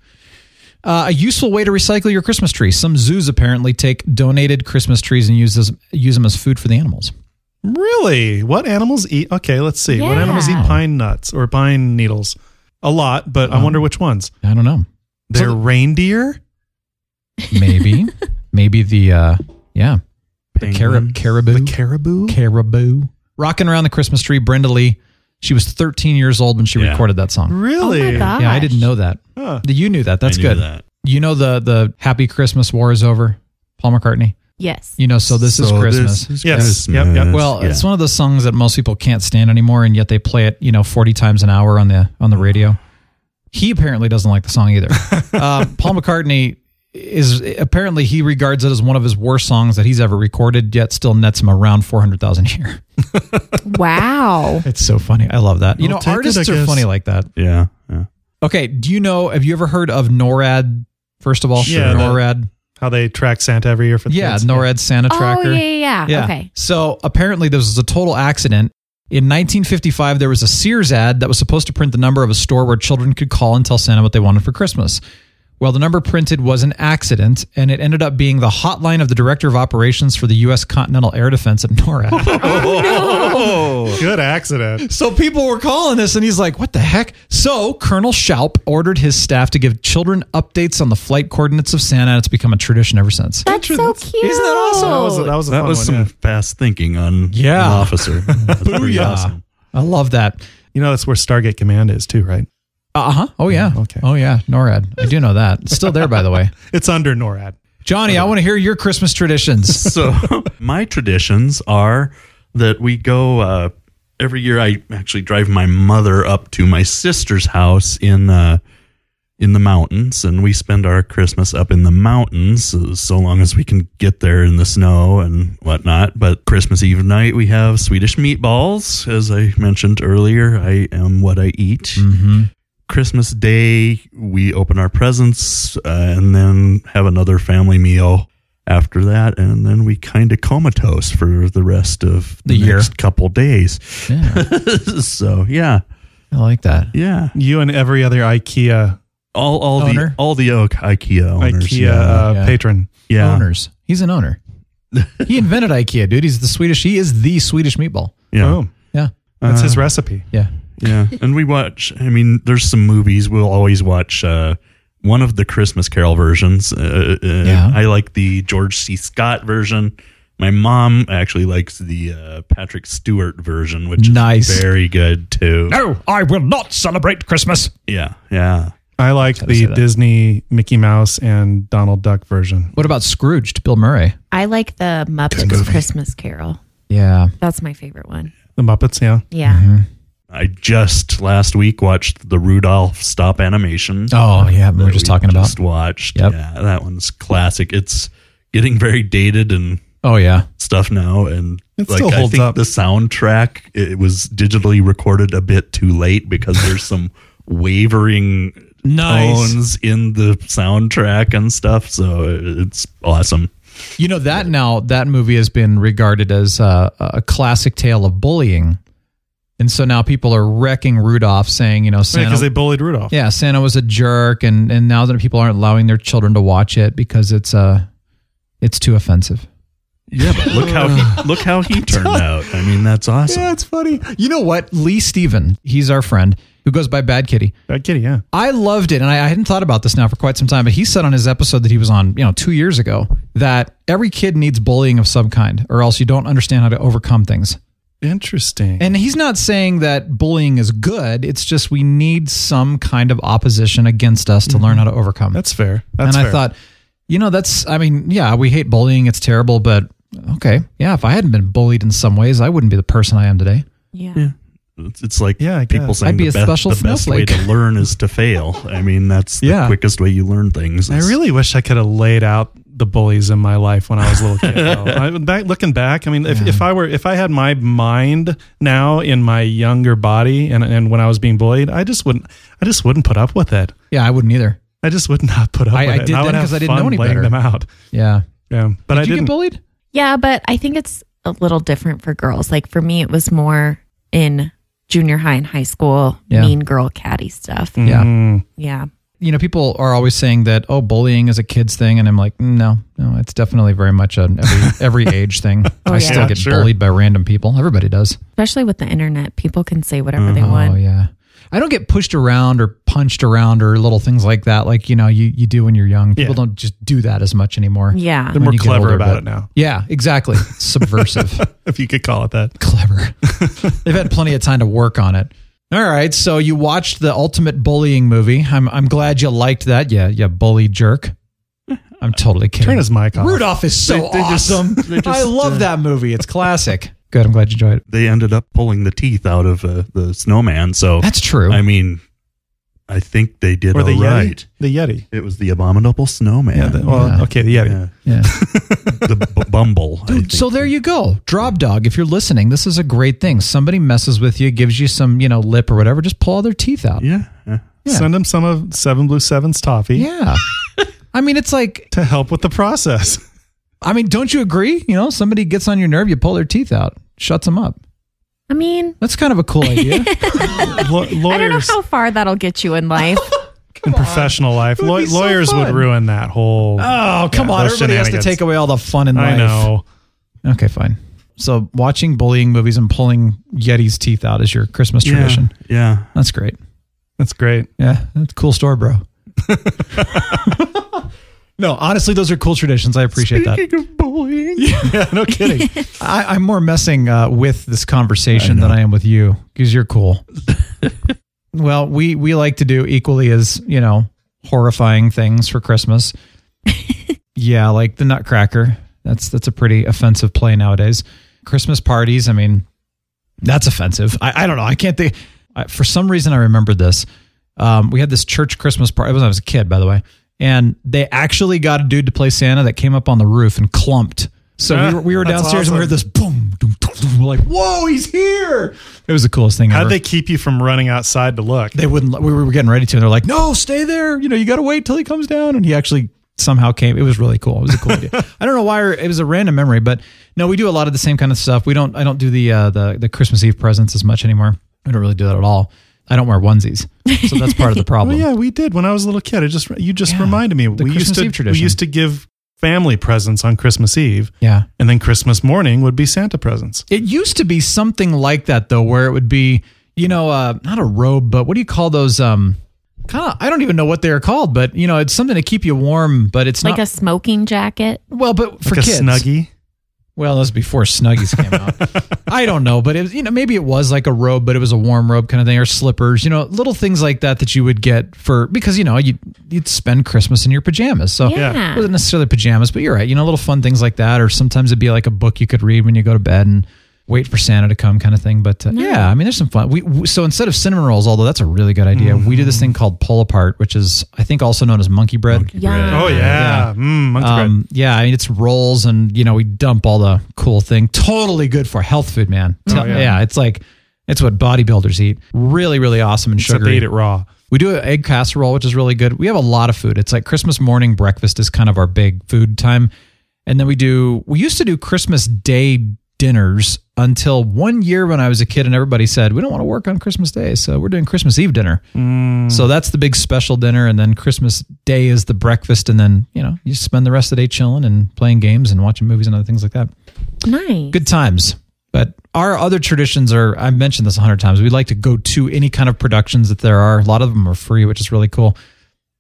S8: Uh, a useful way to recycle your Christmas tree. Some zoos apparently take donated Christmas trees and use this, use them as food for the animals.
S9: Really? What animals eat? Okay, let's see. What
S11: Yeah.
S9: animals eat pine nuts or pine needles? A lot, but I wonder which ones.
S8: I don't know.
S9: They're reindeer.
S8: Maybe. Maybe the uh yeah. The carib-
S10: Penguins.
S8: caribou.
S9: The caribou.
S8: caribou. Rocking around the Christmas tree, Brenda Lee. She was 13 years old when she
S10: Yeah.
S8: recorded that song.
S9: really?
S11: Oh my gosh.
S8: Yeah, I didn't know that.
S9: Huh.
S8: You knew that.
S10: I
S8: That's
S10: knew
S8: good.
S10: that.
S8: You know the the Happy Christmas War is over, Paul McCartney.
S11: Yes.
S8: You know, so this is
S10: So
S8: Christmas.
S10: is
S9: Yes.
S10: Christmas.
S9: Yep, yep.
S8: well,
S10: Yeah.
S8: it's one of those songs that most people can't stand anymore, and yet they play it, you know, forty times an hour on the on the radio. He apparently doesn't like the song either. uh, Paul McCartney is apparently he regards it as one of his worst songs that he's ever recorded, yet still nets him around four hundred thousand a year.
S11: Wow.
S8: It's so funny. I love that. You
S9: I'll
S8: know,
S9: take it, I
S8: artists are
S9: guess.
S8: funny like that.
S10: yeah, yeah.
S8: Okay, do you know? Have you ever heard of NORAD? First of all,
S9: Yeah, the-
S8: NORAD.
S9: How they track Santa every year for the
S8: yeah,
S9: kids.
S8: NORAD Santa
S11: Oh
S8: Tracker.
S11: yeah, yeah, yeah. Okay.
S8: So apparently, this was a total accident. In 1955, there was a Sears ad that was supposed to print the number of a store where children could call and tell Santa what they wanted for Christmas. Well, the number printed was an accident, and it ended up being the hotline of the director of operations for the U.S. Continental Air Defense at NORAD.
S9: Good accident.
S8: so people were calling this, and he's like, What the heck? So Colonel Schaup ordered his staff to give children updates on the flight coordinates of Santa, and it's become a tradition ever since.
S11: That's so cute.
S8: Isn't that awesome?
S9: That was a, that was a
S10: That
S9: fun
S10: was
S9: one,
S10: some
S9: yeah.
S10: fast thinking on
S8: Yeah.
S10: an officer. That's pretty awesome.
S8: I love that.
S9: You know, that's where Stargate Command is too, right?
S8: Uh huh. Oh yeah.
S9: okay.
S8: Oh yeah. NORAD. I do know that. It's still there, by the way.
S9: It's under NORAD.
S8: Johnny, I want to hear your Christmas traditions.
S10: so my traditions are that we go uh, every year. I actually drive my mother up to my sister's house in uh, in the mountains, and we spend our Christmas up in the mountains, uh, so long as we can get there in the snow and whatnot. But Christmas Eve night, we have Swedish meatballs. As I mentioned earlier, I am what I eat.
S8: Mm-hmm.
S10: Christmas Day, we open our presents uh, and then have another family meal after that. And then we kind of comatose for the rest of
S8: The year.
S10: next couple days.
S8: Yeah,
S10: so, yeah,
S8: I like that.
S10: yeah.
S9: You and every other IKEA
S10: All, all
S8: Owner?
S10: the all the oak IKEA owners.
S9: IKEA
S10: yeah.
S9: uh,
S8: Yeah.
S9: patron.
S10: yeah.
S8: Owners. He's an owner. he invented IKEA, dude. He's the Swedish. He is the Swedish meatball.
S10: Yeah.
S9: Boom.
S8: Yeah.
S9: That's his recipe.
S8: Uh-huh. Yeah.
S10: Yeah, and we watch. I mean, there's some movies we'll always watch. Uh, one of the Christmas Carol versions. Uh, uh,
S8: Yeah.
S10: I like the George C. Scott version. My mom actually likes the uh, Patrick Stewart version, which
S8: Nice.
S10: is very good too.
S8: No, I will not celebrate Christmas.
S10: Yeah, yeah.
S9: I like
S8: say
S9: the
S8: that.
S9: Disney Mickey Mouse and Donald Duck version.
S8: What about Scrooged, Bill Murray?
S11: I like the Muppets Christmas Carol.
S8: Yeah.
S11: That's my favorite one.
S9: The Muppets, yeah.
S11: Yeah.
S10: Mm-hmm. I just last week watched the Rudolph stop animation.
S8: Oh, yeah. We were
S10: that
S8: just talking about.
S10: Just watched.
S8: Yep.
S10: Yeah, that one's classic. It's getting very dated and
S8: Oh, yeah.
S10: stuff now, and
S9: It
S10: like
S9: still
S10: I
S9: holds
S10: think
S9: up.
S10: the soundtrack it was digitally recorded a bit too late because there's some wavering
S8: Nice.
S10: tones in the soundtrack and stuff. So it's awesome.
S8: You know that now that movie has been regarded as uh, a classic tale of bullying, and so now people are wrecking Rudolph, saying you know Santa,
S9: Because they bullied Rudolph.
S8: yeah, Santa was a jerk, and and now that people aren't allowing their children to watch it because it's uh it's too offensive.
S10: Yeah, but look how he, look how he turned out. I mean, that's awesome.
S8: it's funny. You know what? Lee Steven, he's our friend who goes by Bad Kitty.
S9: That kitty, yeah.
S8: I loved it, and I, I hadn't thought about this now for quite some time. But he said on his episode that he was on, you know, two years ago, that every kid needs bullying of some kind, or else you don't understand how to overcome things.
S9: Interesting.
S8: And he's not saying that bullying is good. It's just we need some kind of opposition against us to
S10: Mm-hmm.
S8: learn how to overcome. it.
S9: that's fair. That's
S8: and I
S9: fair.
S8: thought, you know, that's, I mean, yeah, we hate bullying. It's terrible, but okay. Yeah, if I hadn't been bullied in some ways, I wouldn't be the person I am today.
S11: Yeah.
S10: It's, it's like
S9: Yeah, I
S10: people
S9: guess.
S10: saying
S8: I'd be
S10: the,
S8: a
S10: best,
S8: special
S10: the best way to
S8: snowflake.
S10: learn is to fail. I mean, that's the
S8: Yeah.
S10: quickest way you learn things.
S9: I
S10: is-
S9: really wish I could have laid out the bullies in my life when I was a little kid. though. I, back, looking back, I mean, if, if I were, if I had my mind now in my younger body, and and when I was being bullied, I just wouldn't, I just wouldn't put up with it.
S8: Yeah, I wouldn't either.
S9: I just would not put up
S8: I-
S9: with
S8: I
S9: it.
S8: did
S9: And
S8: then
S9: would have
S8: 'cause I didn't know
S9: fun
S8: any
S9: laying
S8: better.
S9: them out.
S8: Yeah.
S9: Yeah, but
S8: Did
S9: I
S8: you
S9: didn't.
S8: get bullied?
S11: Yeah, but I think it's a little different for girls. Like for me, it was more in junior high and high school,
S8: Yeah. Mm.
S11: mean girl catty stuff.
S8: Yeah.
S9: Hmm,
S11: Yeah.
S8: You know, people are always saying that, oh, bullying is a kid's thing. And I'm like, no, no, it's definitely very much an every, every age thing. I
S11: yeah.
S8: still
S11: Yeah,
S8: get
S9: Oh, sure.
S8: bullied by random people. Everybody does.
S11: Especially with the internet, people can say whatever they
S8: Oh
S11: want.
S8: yeah. I don't get pushed around or punched around or little things like that. Like you know, you you do when you're young. People
S9: Yeah.
S8: don't just do that as much anymore.
S11: Yeah.
S9: They're
S8: when
S9: more
S8: you get
S9: clever
S8: older,
S9: about
S8: but-
S9: it now,
S8: Yeah, exactly. Subversive,
S9: if you could call it that.
S8: clever. They've had plenty of time to work on it. All right, so you watched the ultimate bullying movie. I'm I'm glad you liked that. Yeah, yeah, bully jerk. I'm totally kidding.
S9: Turn his mic off.
S8: Rudolph is so
S10: They- they just-
S8: awesome.
S10: they just,
S8: I love
S10: uh,
S8: that movie. It's classic. Good. I'm glad you enjoyed it.
S10: they ended up pulling the teeth out of uh, the snowman. So
S8: That's true.
S10: I mean, I think they did
S9: Or the
S10: all right.
S9: Yeti. The Yeti.
S10: It was the abominable snowman.
S9: Yeah. the- well,
S8: Yeah.
S9: okay, the Yeti.
S10: Yeah.
S8: yeah.
S10: the b- bumble. I think.
S8: So there you go. Drop dog, if you're listening, this is a great thing. Somebody messes with you, gives you some, you know, lip or whatever, just pull all their teeth out.
S10: Yeah. yeah.
S9: Send him some of Seven Blue Sevens toffee
S8: Yeah. I mean, it's like,
S9: to help with the process.
S8: I mean, don't you agree? You know, somebody gets on your nerve, you pull their teeth out, shuts them up.
S11: I mean,
S8: That's kind of a cool idea.
S9: Law- lawyers
S11: I don't know how far that'll get you in life.
S9: in professional life,
S8: would
S9: law-
S8: be so
S9: lawyers
S8: fun.
S9: would ruin that whole.
S8: oh, come
S9: Yeah,
S8: on.
S9: those
S8: Everybody has to
S9: shenanigans.
S8: take away all the fun in life.
S9: I know.
S8: Okay, fine. So watching bullying movies and pulling Yeti's teeth out is your Christmas tradition.
S10: Yeah.
S8: That's great.
S9: That's great.
S8: Yeah, that's a cool story, bro. no, honestly, those are cool traditions. I appreciate that.
S10: Speaking of bullying.
S8: Yeah, no kidding. I, I'm more messing uh, with this conversation than I am with you because you're cool. well, we we like to do equally as you know horrifying things for Christmas. yeah, like the Nutcracker. That's that's a pretty offensive play nowadays. Christmas parties. I mean, that's offensive. I, I don't know. I can't think. I, for some reason, I remember this. Um, we had this church Christmas party. It was when I was a kid, by the way. And they actually got a dude to play Santa that came up on the roof and clumped. So we were, we were
S9: That's
S8: downstairs and we heard
S9: awesome.
S8: this boom, doom, doom, doom. We're like, whoa, he's here. It was the coolest thing
S9: How'd
S8: ever.
S9: they keep you from running outside to look?
S8: they wouldn't, let- we were getting ready to, and they're like, no, stay there. You know, you got to wait till he comes down. And he actually somehow came. It was really cool. It was a cool idea. I don't know why or- it was a random memory, but no, we do a lot of the same kind of stuff. We don't, I don't do the, uh, the, the Christmas Eve presents as much anymore. I don't really do that at all. I don't wear onesies. So that's part of the
S9: Well,
S8: problem.
S9: Oh, yeah, we did when I was a little kid. It just you just
S8: Yeah,
S9: reminded me.
S8: the
S9: we
S8: Christmas
S9: used to
S8: Eve tradition.
S9: we used to give family presents on Christmas Eve,
S8: yeah.
S9: and then Christmas morning would be Santa presents.
S8: It used to be something like that though, where it would be you know, uh, not a robe, but what do you call those? Um, kind of, I don't even know what they're called, but you know, it's something to keep you warm. But it's
S11: like
S8: not
S11: a smoking jacket.
S8: well, but for
S9: like
S8: kids,
S9: a snuggie.
S8: Well, that was before Snuggies came out. I don't know, but it was, you know, maybe it was like a robe, but it was a warm robe kind of thing, or slippers, you know, little things like that that you would get for because you know you you'd spend Christmas in your pajamas, so
S11: Yeah.
S8: it wasn't necessarily pajamas, but you're right, you know, little fun things like that, or sometimes it'd be like a book you could read when you go to bed and wait for Santa to come, kind of thing. But uh, yeah, I mean, there's some fun. We, we so instead of cinnamon rolls, although that's a really good idea, we do this thing called pull apart, which is I think also known as monkey bread.
S11: Yeah.
S9: Oh yeah, Mm, monkey bread.
S8: Um, yeah, I mean it's rolls, and you know we dump all the cool thing. Totally good for health food, man. Tell- yeah. it's like it's what bodybuilders eat. Really, really awesome and
S9: Except
S8: sugary.
S9: they eat it raw.
S8: We do an egg casserole, which is really good. We have a lot of food. It's like Christmas morning breakfast is kind of our big food time. And then we do, we used to do Christmas Day dinners until one year when I was a kid and everybody said, we don't want to work on Christmas Day. So we're doing Christmas Eve dinner. So that's the big special dinner. And then Christmas Day is the breakfast. And then, you know, you spend the rest of the day chilling and playing games and watching movies and other things like that
S11: Nice.
S8: good times. But our other traditions are, I've mentioned this a hundred times. We like to go to any kind of productions that there are. A lot of them are free, which is really cool.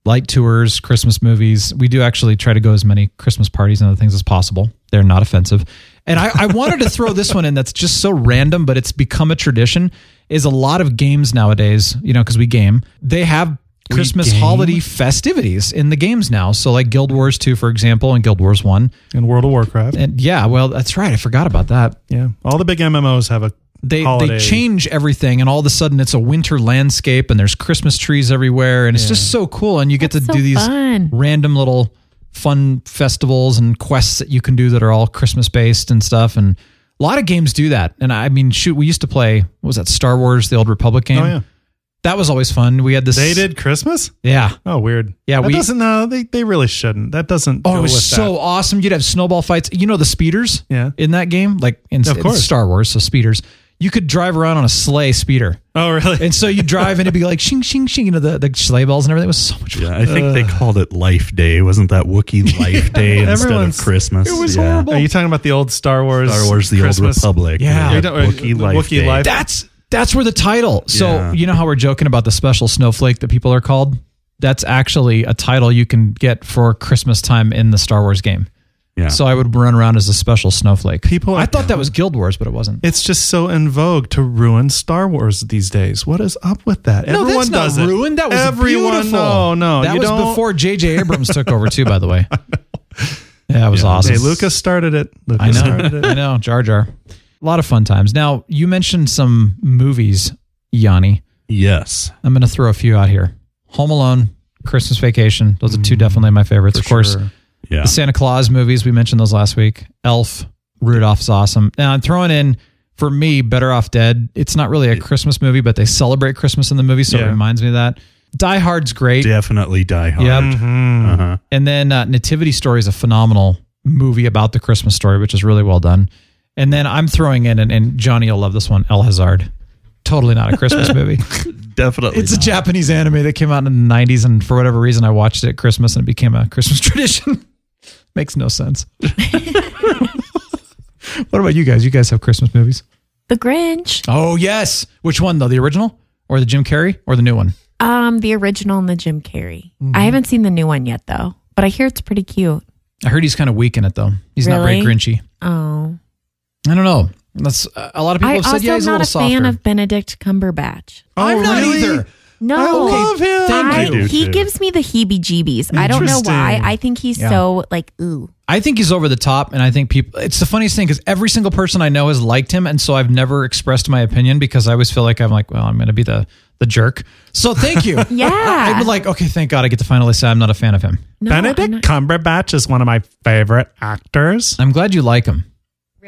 S8: Light tours, Christmas movies. We do actually try to go as many Christmas parties and other things as possible. They're not offensive. And I, I wanted to throw this one in that's just so random, but it's become a tradition. Is a lot of games nowadays, you know, because we game, they have Christmas
S9: game?
S8: holiday festivities in the games now. So, like Guild Wars 2, for example, and Guild Wars 1.
S9: In World of Warcraft.
S8: And yeah, well, that's right. I forgot about that
S9: Yeah. All the big MMOs have a oh,
S8: they
S9: holiday.
S8: they change everything and all of a sudden it's a winter landscape and there's christmas trees everywhere and it's just so cool and you get
S11: That's
S8: to
S11: so
S8: do these
S11: fun.
S8: random little fun festivals and quests that you can do that are all christmas based and stuff and a lot of games do that and i mean shoot we used to play what was that star wars the old republic game
S9: Oh yeah.
S8: that was always fun we had this
S9: They did Christmas?
S8: yeah
S9: Oh weird.
S8: Yeah,
S9: That
S8: we-
S9: doesn't no, they they really shouldn't. That doesn't
S8: Oh,
S9: go
S8: it was
S9: with
S8: so
S9: that.
S8: awesome. You'd have snowball fights. You know the speeders
S9: Yeah.
S8: in that game? Like in,
S9: Of
S8: in
S9: course.
S8: Star Wars, so speeders. You could drive around on a sleigh speeder.
S9: Oh really?
S8: And so you drive and it'd be like shing shing shing, you know, the, the sleigh bells and everything It was so much fun.
S10: Yeah, I think they called it Life Day. Wasn't that Wookiee Life Day instead of
S9: Everyone's-
S10: Christmas?
S8: it was
S10: yeah.
S8: horrible.
S9: Are you talking about the old Star Wars
S10: Star Wars: The
S9: Christmas?
S10: Old Republic.
S8: Yeah.
S10: They
S8: You
S10: had
S9: don't- uh,
S10: Wookiee
S9: the
S10: Life
S9: Wookiee
S10: Day.
S9: Life-
S8: That's that's where the title. So
S10: Yeah.
S8: you know how we're joking about the special snowflake that people are called? That's actually a title you can get for Christmas time in the Star Wars game.
S10: Yeah.
S8: So I would run around as a special snowflake.
S9: People are-
S8: I thought that was Guild Wars, but it wasn't.
S9: It's just so in vogue to ruin Star Wars these days. What is up with that?
S8: No,
S9: Everyone
S8: that's not
S9: does it.
S8: ruined. That was
S9: Everyone,
S8: beautiful.
S9: No, no,
S8: that
S9: you
S8: was
S9: don't-
S8: before J.J. Abrams took over too. By the way, yeah, it was awesome.
S9: Hey, Lucas started it. Lucas
S8: I
S9: started
S8: know,
S9: it.
S8: I know, Jar Jar. A lot of fun times. Now you mentioned some movies, Yanni.
S10: Yes.
S8: I'm going to throw a few out here: Home Alone, Christmas Vacation. Those are two definitely my favorites. Of course,
S9: sure.
S10: Yeah.
S8: the Santa Claus movies we mentioned those last week. Elf, Rudolph's awesome. Now I'm throwing in for me Better Off Dead. It's not really a Christmas movie, but they celebrate Christmas in the movie, so it
S9: Yeah.
S8: reminds me of that. Die Hard's great.
S10: Definitely Die Hard.
S8: Yep.
S9: Mhm.
S10: Uh-huh.
S8: And then uh, Nativity Story is a phenomenal movie about the Christmas story, which is really well done. And then I'm throwing in, and, and Johnny will love this one, El Hazard. Totally not a Christmas movie.
S10: Definitely.
S8: It's a
S10: not.
S8: Japanese anime that came out in the 90s, and for whatever reason, I watched it at Christmas and it became a Christmas tradition. Makes no sense. what about you guys? You guys have Christmas movies?
S11: The Grinch.
S8: Oh, yes. Which one, though? The original or the Jim Carrey or the new one?
S11: Um, the original and the Jim Carrey.
S8: Mm-hmm.
S11: I haven't seen the new one yet though, but I hear it's pretty cute.
S8: I heard he's kind of weak in it, though. He's not very
S11: Really?
S8: grinchy.
S11: Oh,
S8: I don't know. That's a lot of people
S11: I
S8: have said,
S11: also
S8: yeah,
S11: am
S8: he's a
S11: not
S8: little
S11: a
S8: softer.
S11: fan of Benedict Cumberbatch.
S9: Oh,
S8: I'm not
S9: really?
S8: either.
S11: No,
S9: I love him.
S8: Thank
S11: I-
S8: you.
S10: I do,
S11: he
S10: too.
S11: gives me the heebie-jeebies. I don't know why.
S9: Interesting.
S11: I think he's
S8: Yeah.
S11: so like ooh.
S8: I think he's over the top, and I think people. It's the funniest thing because every single person I know has liked him, and so I've never expressed my opinion because I always feel like I'm like, well, I'm going to be the the jerk. So thank you.
S11: Yeah.
S8: I, I'm like, okay, thank God I get to finally say I'm not a fan of him.
S11: No, I'm
S9: Benedict
S11: not-
S9: Cumberbatch is one of my favorite actors.
S8: I'm glad you like him.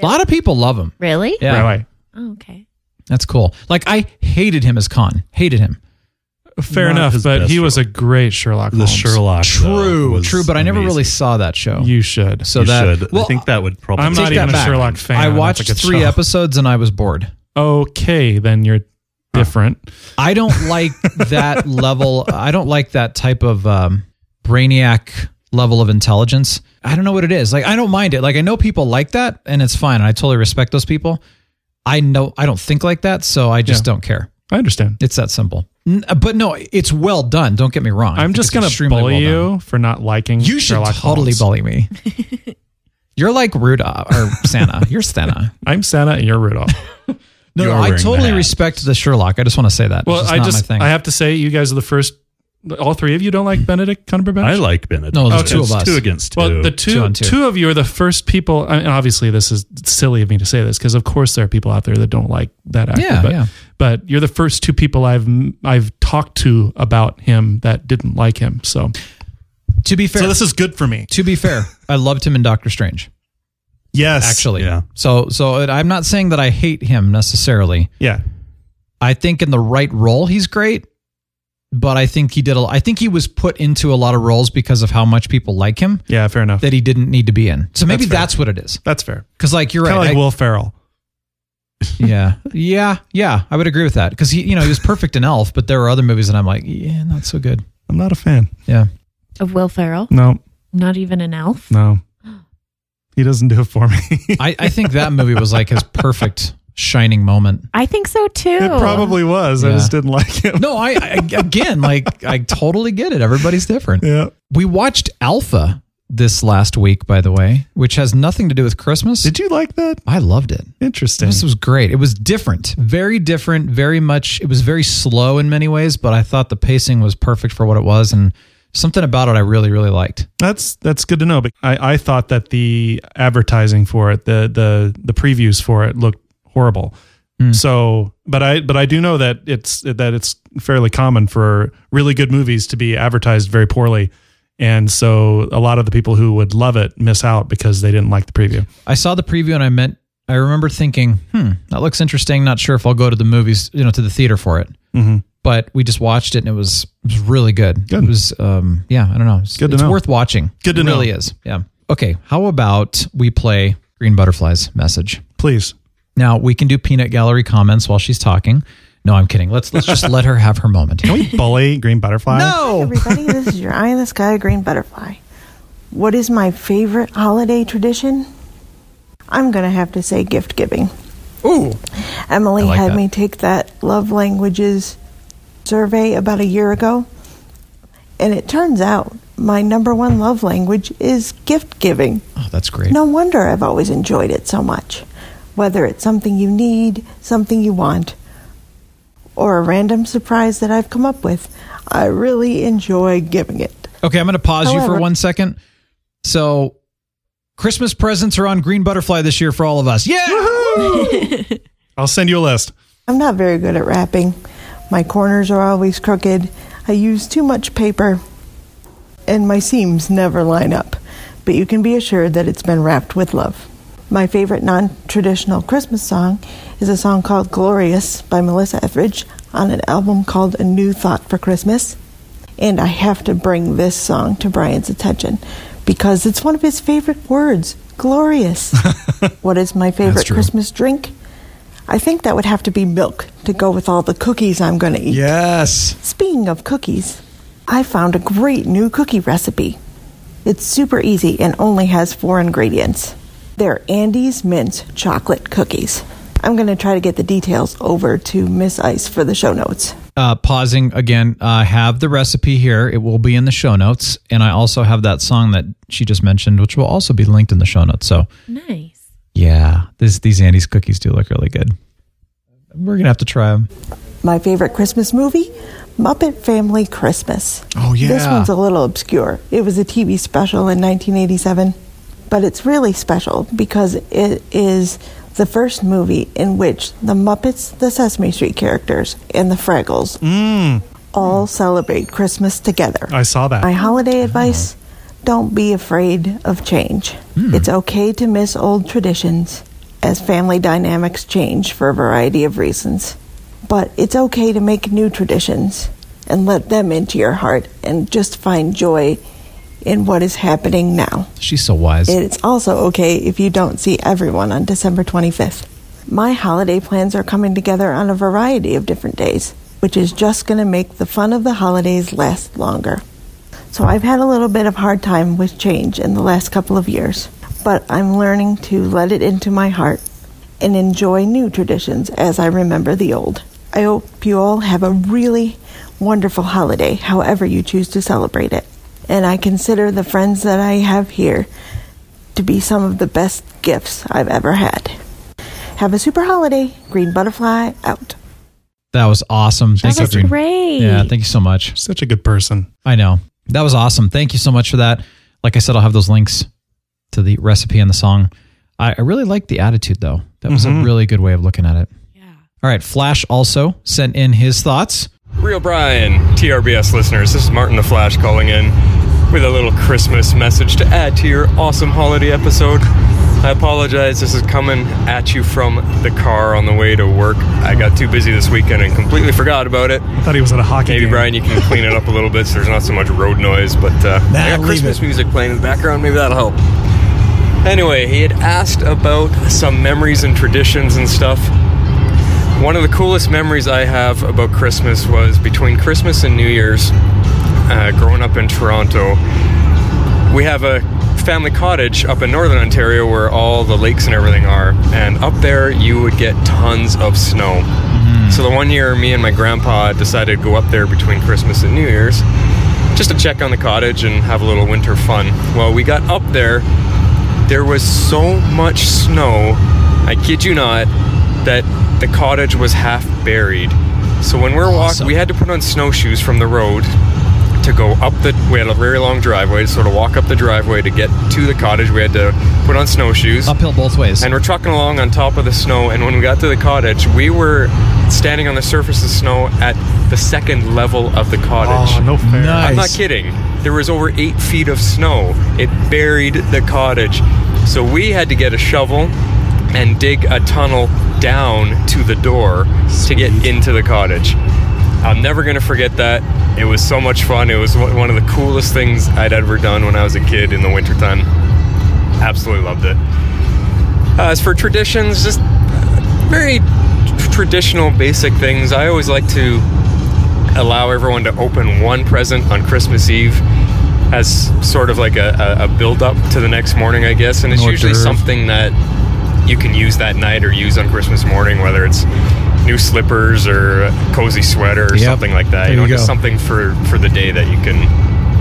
S8: A lot of people love him.
S11: Really?
S8: Yeah,
S9: Really?
S11: Oh, okay.
S8: that's cool. Like I hated him as Khan. Hated him.
S9: Fair
S10: Not
S9: enough,
S10: his
S9: but
S10: best
S9: he was
S10: role.
S9: a great Sherlock
S10: The
S9: Holmes.
S10: Sherlock. though,
S8: True,
S10: was
S8: true. But I never
S10: amazing.
S8: really saw that show.
S9: You should.
S8: so
S10: You
S8: that
S10: should.
S8: well,
S10: I think that would probably.
S9: I'm not
S8: take
S9: even
S8: that
S9: a
S8: back.
S9: Sherlock fan.
S8: I
S9: That's a
S8: watched
S9: good
S8: three
S9: show.
S8: episodes and I was bored.
S9: Okay, then you're different.
S8: I don't like that level. I don't like that type of um, brainiac level of intelligence. I don't know what it is. Like I don't mind it. Like I know people like that, and it's fine. And I totally respect those people. I know I don't think like that, so I just
S9: Yeah.
S8: don't care.
S9: I understand.
S8: It's that simple. N- but no, it's well done. Don't get me wrong. I
S9: I'm
S8: think
S9: just
S8: it's
S9: gonna
S8: extremely
S9: bully
S8: well done.
S9: you for not liking.
S8: You should
S9: Sherlock
S8: totally
S9: Holmes.
S8: bully me. You're like Rudolph or Santa. You're Santa.
S9: I'm Santa and you're Rudolph.
S8: No,
S12: You
S8: no
S12: are
S8: I
S12: wearing
S8: totally
S12: the hat.
S8: respect the Sherlock. I just want to say that.
S9: Well,
S8: it's just
S9: I
S8: not
S9: just
S8: my thing.
S9: I have to say you guys are the first. All three of you don't like Benedict Cumberbatch.
S12: I like Benedict.
S8: No, there's
S12: It's
S8: two of us.
S12: Two against two.
S9: Well, the two two
S8: on two.
S9: of you are the first people. I mean, obviously, this is silly of me to say this because, of course, there are people out there that don't like that actor.
S8: Yeah,
S9: but,
S8: yeah.
S9: but you're the first two people I've I've talked to about him that didn't like him. So,
S8: to be fair,
S9: so this is good for me.
S8: to be fair, I loved him in Doctor Strange.
S9: Yes,
S8: Actually,
S12: Yeah.
S8: So, so it, I'm not saying that I hate him necessarily.
S9: yeah.
S8: I think in the right role, he's great. But I think he did. A, I think he was put into a lot of roles because of how much people like him
S9: Yeah, fair enough.
S8: that he didn't need to be in. So maybe
S9: That's fair.
S8: that's, what it is.
S9: That's fair.
S8: Because like you're
S9: Kind
S8: right.
S9: of like
S8: I-
S9: Will Ferrell.
S8: yeah, yeah, yeah. I would agree with that because he, you know, he was perfect in Elf, but there were other movies, and I'm like, yeah, not so good.
S9: I'm not a fan.
S8: Yeah,
S11: Of Will Ferrell?
S9: No,
S11: Not even an elf?
S9: no. He doesn't do it for me.
S8: I, I think that movie was like his perfect shining moment.
S11: I think so too.
S9: it probably was. I
S8: Yeah.
S9: just didn't like him.
S8: No, I, I again, like, I totally get it. Everybody's different.
S9: Yeah.
S8: We watched Alpha this last week, by the way, which has nothing to do with Christmas.
S9: Did you like that?
S8: I loved it.
S9: Interesting.
S8: This was great. It was different, very different, very much. It was very slow in many ways, but I thought the pacing was perfect for what it was, and something about it I really, really liked.
S9: That's that's good to know. But I, I thought that the advertising for it, the the the previews for it looked horrible. So, but I but I do know that it's that it's fairly common for really good movies to be advertised very poorly, and so a lot of the people who would love it miss out because they didn't like the preview.
S8: I saw the preview and I meant I remember thinking, hmm, that looks interesting. Not sure if I'll go to the movies, you know, to the theater for it.
S9: Mhm.
S8: But we just watched it and it was it was really good.
S9: Good.
S8: It was um yeah, I don't know. It's,
S9: Good to
S8: it's
S9: know.
S8: worth watching.
S9: Good to
S8: it really
S9: know.
S8: is. Yeah. Okay. How about we play Green Butterflies message?
S9: Please,
S8: Now we can do peanut gallery comments while she's talking. No, I'm kidding. Let's let's just let her have her moment.
S9: can we bully Green Butterfly?
S8: No.
S10: Everybody, this is your eye in the sky green butterfly. What is my favorite holiday tradition? I'm going to have to say gift giving.
S8: Ooh.
S10: Emily
S8: I like
S10: had
S8: that.
S10: me take that love languages survey about a year ago, and it turns out my number one love language is gift giving.
S8: Oh, that's great.
S10: No wonder I've always enjoyed it so much. Whether it's something you need, something you want, or a random surprise that I've come up with, I really enjoy giving it.
S8: Okay, I'm going to pause you
S10: However-
S8: for one second. So, Christmas presents are on Green Butterfly this year for all of us. Yeah.
S9: I'll send you a list.
S10: I'm not very good at wrapping. My corners are always crooked. I use too much paper, and my seams never line up. But you can be assured that it's been wrapped with love. My favorite non traditional Christmas song is a song called Glorious by Melissa Etheridge on an album called A New Thought for Christmas. And I have to bring this song to Brian's attention because it's one of his favorite words glorious. what is my favorite
S8: true.
S10: Christmas drink? I think that would have to be milk to go with all the cookies I'm going to eat.
S8: Yes.
S10: Speaking of cookies, I found a great new cookie recipe. It's super easy and only has four ingredients. They're Andy's Mint Chocolate Cookies. I'm going to try to get the details over to Miss Ice for the show notes.
S8: uh, pausing again, uh, have the recipe here. It will be in the show notes. And I also have that song that she just mentioned, which will also be linked in the show notes. So,
S11: Nice.
S8: yeah, this, these Andy's cookies do look really good. We're going to have to try them.
S10: My favorite Christmas movie? Muppet Family Christmas.
S8: Oh,
S10: This
S8: yeah.
S10: one's a little obscure. It was a TV special in 1987, but it's really special because it is the first movie in which the Muppets, the Sesame Street characters, and the Fraggles all celebrate Christmas together.
S9: I saw
S10: My
S9: that.
S10: holiday advice don't be afraid of change. It's okay to miss old traditions as family dynamics change for a variety of reasons. But it's okay to make new traditions and let them into your heart and just find joy in what is happening now.
S8: She's so wise.
S10: It's also okay if you don't see everyone on December 25th. My holiday plans are coming together on a variety of different days, which is just going to make the fun of the holidays last longer. So I've had a little bit of hard time with change in the last couple of years, but I'm learning to let it into my heart and enjoy new traditions as I remember the old.
S4: I hope you all have a really wonderful holiday, however you choose to celebrate it. And I consider the friends that I have here to be some of the best gifts I've ever had. Have a super holiday. Green Butterfly out.
S8: That was awesome.
S11: That was
S8: Adrian.
S11: great.
S8: Yeah, thank you so much.
S9: Such a good person.
S8: I know. That was awesome. Thank you so much for that. Like I said, I'll have those links to the recipe and the song. I, I really liked the attitude, though. That was
S13: Mm-hmm.
S8: a really good way of looking at it. Yeah. All right. Flash also sent in his thoughts.
S13: Real Brian, TRBS listeners, this is Martin the Flash calling in with a little Christmas message to add to your awesome holiday episode. I apologize, this is coming at you from the car on the way to work. I got too busy this weekend and completely forgot about it.
S9: I thought he was at a hockey
S13: Maybe,
S9: game.
S13: Brian, you can clean it up a little bit so there's not so much road noise, but uh,
S9: Nah,
S13: I got
S9: leave
S13: Christmas music playing in the background. Maybe that'll help. Anyway, he had asked about some memories and traditions and stuff. One of the coolest memories I have about Christmas was between Christmas and New Year's, uh, growing up in Toronto. We have a family cottage up in northern Ontario where all the lakes and everything are, and up there you would get tons of snow. So the one year, me and my grandpa decided to go up there between Christmas and New Year's just to check on the cottage and have a little winter fun. Well, we got up there, there was so much snow, I kid you not, that the cottage was half buried. So when we're walking, we had to put on snowshoes from the road to go up the. We had a very long driveway, so to walk up the driveway to get to the cottage, we had to put on snowshoes.
S8: Uphill both ways.
S13: And we're trucking along on top of the snow. And when we got to the cottage, we were standing on the surface of snow at the second level of the cottage.
S9: Oh, no fair.
S13: I'm not kidding. There was over eight feet of snow. It buried the cottage. So we had to get a shovel and dig a tunnel down to the door to get into the cottage. I'm never going to forget that. It was so much fun. It was one one of the coolest things I'd ever done when I was a kid in the wintertime. Absolutely loved it. Uh, as for traditions, just uh, very tr- traditional, basic things. I always like to allow everyone to open one present on Christmas Eve as sort of like a, a, a build up to the next morning, I guess. And it's
S14: An hors
S13: usually
S14: d'oeuvre.
S13: something that you can use that night or use on Christmas morning, whether it's new slippers or a cozy sweater or
S9: Yep.
S13: something like that.
S9: There you
S13: just
S9: go.
S13: something for, for the day that you can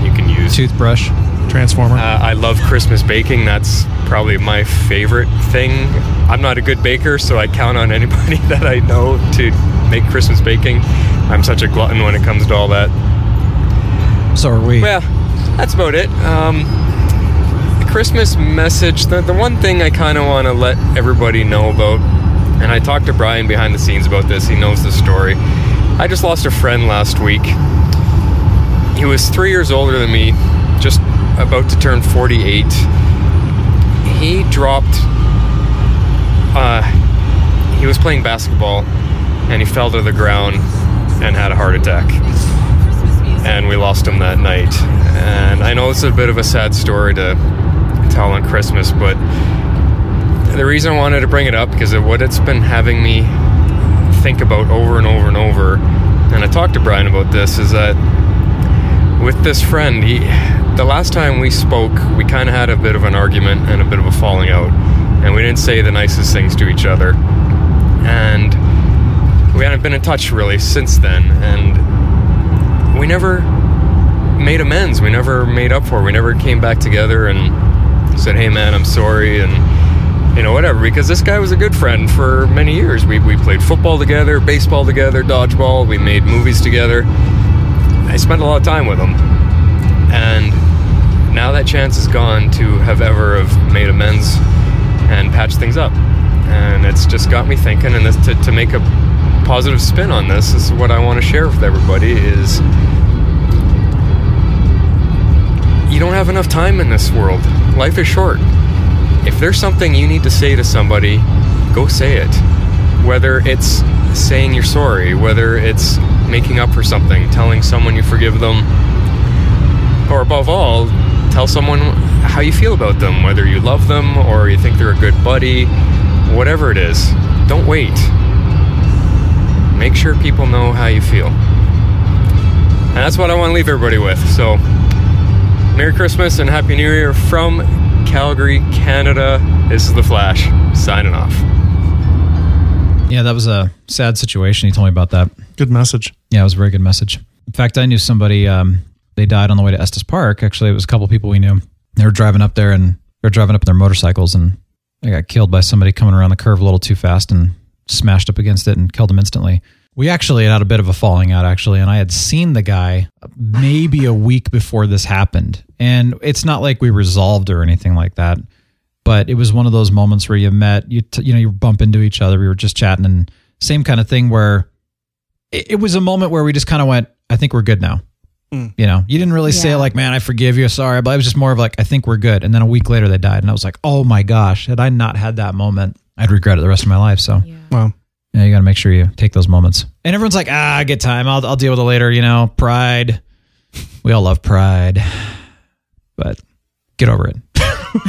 S13: you can use.
S8: Toothbrush.
S9: Transformer.
S13: Uh, I love Christmas baking. That's probably my favorite thing. I'm not a good baker, so I count on anybody that I know to make Christmas baking. I'm such a glutton when it comes to all that.
S8: So are we.
S13: Well, that's about it. Um, the Christmas message. The, the one thing I kind of want to let everybody know about, and I talked to Brian behind the scenes about this. He knows the story. I just lost a friend last week. He was three years older than me, just about to turn 48. He dropped. Uh, he was playing basketball, and he fell to the ground and had a heart attack and we lost him that night. And I know it's a bit of a sad story to tell on Christmas, but the reason I wanted to bring it up because of what it's been having me think about over and over and over, and I talked to Brian about this, is that with this friend, he, the last time we spoke, we kind of had a bit of an argument and a bit of a falling out, and we didn't say the nicest things to each other. And we haven't been in touch really since then, and we never made amends. We never made up for. It. We never came back together and said, "Hey, man, I'm sorry," and you know whatever. Because this guy was a good friend for many years. We we played football together, baseball together, dodgeball. We made movies together. I spent a lot of time with him, and now that chance is gone to have ever have made amends and patched things up. And it's just got me thinking. And this, to, to make a positive spin on this, this is what I want to share with everybody: is you don't have enough time in this world. Life is short. If there's something you need to say to somebody, go say it. Whether it's saying you're sorry, whether it's making up for something, telling someone you forgive them, or above all, tell someone how you feel about them, whether you love them or you think they're a good buddy, whatever it is. Don't wait. Make sure people know how you feel. And that's what I want to leave everybody with. So, Merry Christmas and Happy New Year from Calgary, Canada. This is The Flash, signing off.
S8: Yeah, that was a sad situation. He told me about that.
S9: Good message.
S8: Yeah, it was a very good message. In fact, I knew somebody. Um, they died on the way to Estes Park. Actually, it was a couple people we knew. They were driving up there, and they were driving up on their motorcycles, and they got killed by somebody coming around the curve a little too fast and smashed up against it and killed them instantly. We actually had a bit of a falling out, actually, and I had seen the guy maybe a week before this happened. And it's not like we resolved or anything like that but it was one of those moments where you met you t- you know you bump into each other we were just chatting and same kind of thing where it, it was a moment where we just kind of went i think we're good now
S9: Mm.
S8: you know you didn't really say like man i forgive you sorry but it was just more of like i think we're good and then a week later they died and i was like oh my gosh had i not had that moment i'd regret it the rest of my life so yeah,
S9: Wow.
S8: you got to make sure you take those moments and everyone's like ah I get time i'll, I'll deal with it later you know pride we all love pride but get over it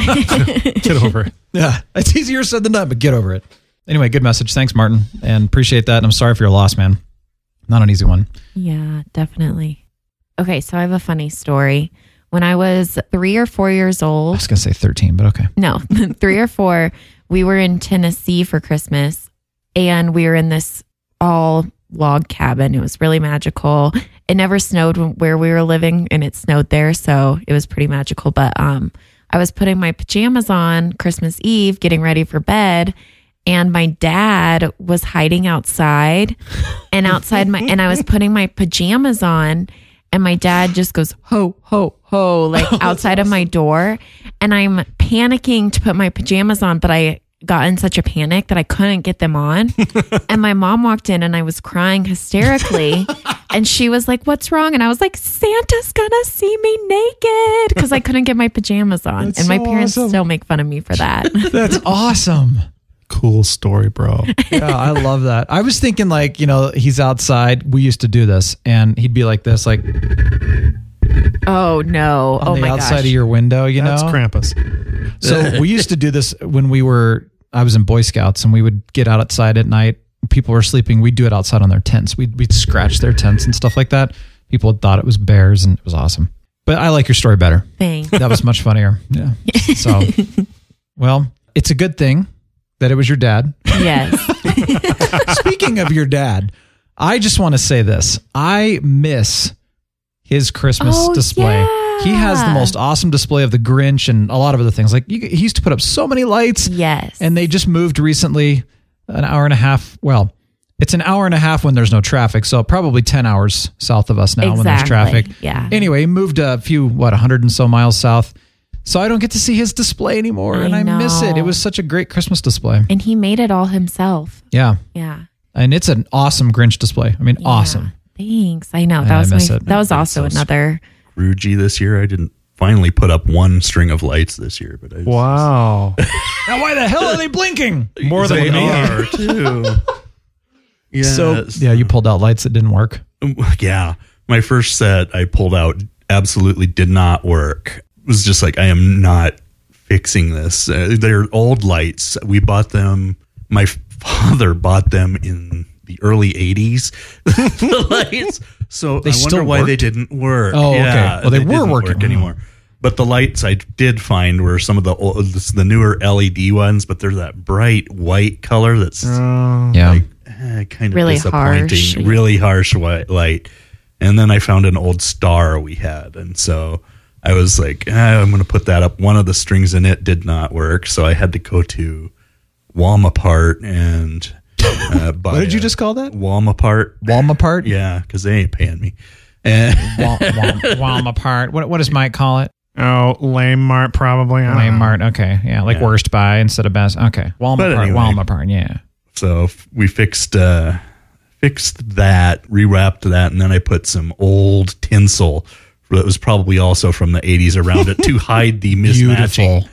S9: Get over it.
S8: yeah, it's easier said than done, but get over it. Anyway, good message. Thanks, Martin, and appreciate that. And I'm sorry for your loss, man. Not an easy one.
S11: Yeah, definitely. Okay, so I have a funny story. When I was three or four years
S8: I
S11: old,
S8: was gonna say 13, but okay.
S11: no, three or four, we were in Tennessee for Christmas and we were in this all log cabin. It was really magical. It never snowed when- where we were living and it snowed there. So it was pretty magical. But um, I was putting my pajamas on Christmas Eve, getting ready for bed. And my dad was hiding outside and outside my, and I was putting my pajamas on. And my dad just goes, ho, ho, ho,
S8: Oh,
S11: like outside of my door. And I'm panicking to put my pajamas on, but I got in such a panic that I couldn't get them on. and my mom walked in and I was crying hysterically. and she was like, What's wrong? And I was like, Santa's gonna see me naked because I couldn't get my pajamas on.
S8: That's
S11: and my
S8: so
S11: parents
S8: awesome.
S11: still make fun of me for that.
S8: That's awesome.
S9: Cool story, bro.
S8: Yeah, I love that. I was thinking like, you know, he's outside. We used to do this, and he'd be like this, like on
S11: oh no. oh
S8: the
S11: my
S8: outside
S11: gosh.
S8: of your window. You
S9: That's
S8: know,
S9: Krampus.
S8: So we used to do this when we were I was in Boy Scouts and we would get out outside at night. People were sleeping. We'd do it outside on their tents. We'd we'd scratch their tents and stuff like that. People thought it was bears and it was awesome. But I like your story better.
S11: Thing.
S8: That was much funnier. Yeah. So well, it's a good thing that it was your dad.
S11: yes.
S8: Speaking of your dad, I just want to say this. I miss his Christmas
S11: Oh,
S8: display.
S11: yeah.
S8: He has the most awesome display of the Grinch and a lot of other things. Like you, he used to put up so many lights.
S11: Yes.
S8: And they just moved recently an hour and a half. Well, it's an hour and a half when there's no traffic. So probably 10 hours south of us now when there's
S11: Exactly.
S8: traffic.
S11: Yeah.
S8: Anyway, he moved a few, what, 100 and so miles south. So I don't get to see his display anymore.
S11: I
S8: and I miss it.
S11: know.
S8: It was such a great Christmas display.
S11: and he made it all himself.
S8: Yeah.
S11: Yeah.
S8: And it's an awesome Grinch display. I mean,
S11: Yeah.
S8: awesome.
S11: Thanks. I know.
S8: And
S11: That
S8: I
S11: was
S8: miss
S11: my,
S8: it.
S11: that was
S8: It's
S11: also
S8: so s-
S11: another
S10: Rugy this year. I didn't finally put up one string of lights this year, but I
S9: Wow.
S8: Now, why the hell are they blinking?
S9: More than
S10: They
S9: me.
S10: are too. yeah.
S8: So, yeah, you pulled out lights that didn't work.
S10: yeah. My first set I pulled out absolutely did not work. It was just like I am not fixing this. Uh, they're old lights. We bought them. My father bought them in the early '80s. the lights. So
S8: They
S10: I wonder
S8: still
S10: why they
S8: worked?
S10: didn't work.
S8: Oh, okay. Well, they were
S10: didn't
S8: working.
S10: work anymore. But the lights I did find were some of the old, the newer LED ones, but they're that bright white color that's
S8: Oh. Yeah.
S10: eh, kind of
S11: Really
S10: disappointing,
S11: harsh.
S10: really harsh white light. And then I found an old star we had, and so I was like, eh, I'm going to put that up. One of the strings in it did not work, so I had to go to Walmart and uh, buy.
S8: did you
S10: a
S8: just call that?
S10: Walmart?
S8: Walm apart?
S10: Yeah, because they ain't paying me. And
S8: Walm, walm, walm apart. What, what does Mike call it?
S9: Oh, lame Mart probably.
S8: Uh-huh.
S9: I don't know.
S8: Walmart. Okay. Yeah. Like
S10: Yeah.
S8: worst buy instead of best. Okay. Walmart.
S10: But anyway.
S8: Walmart. apart, Yeah.
S10: so f- we fixed uh fixed that rewrapped that and then i put some old tinsel that was probably also from the 80s around it to hide the mismatching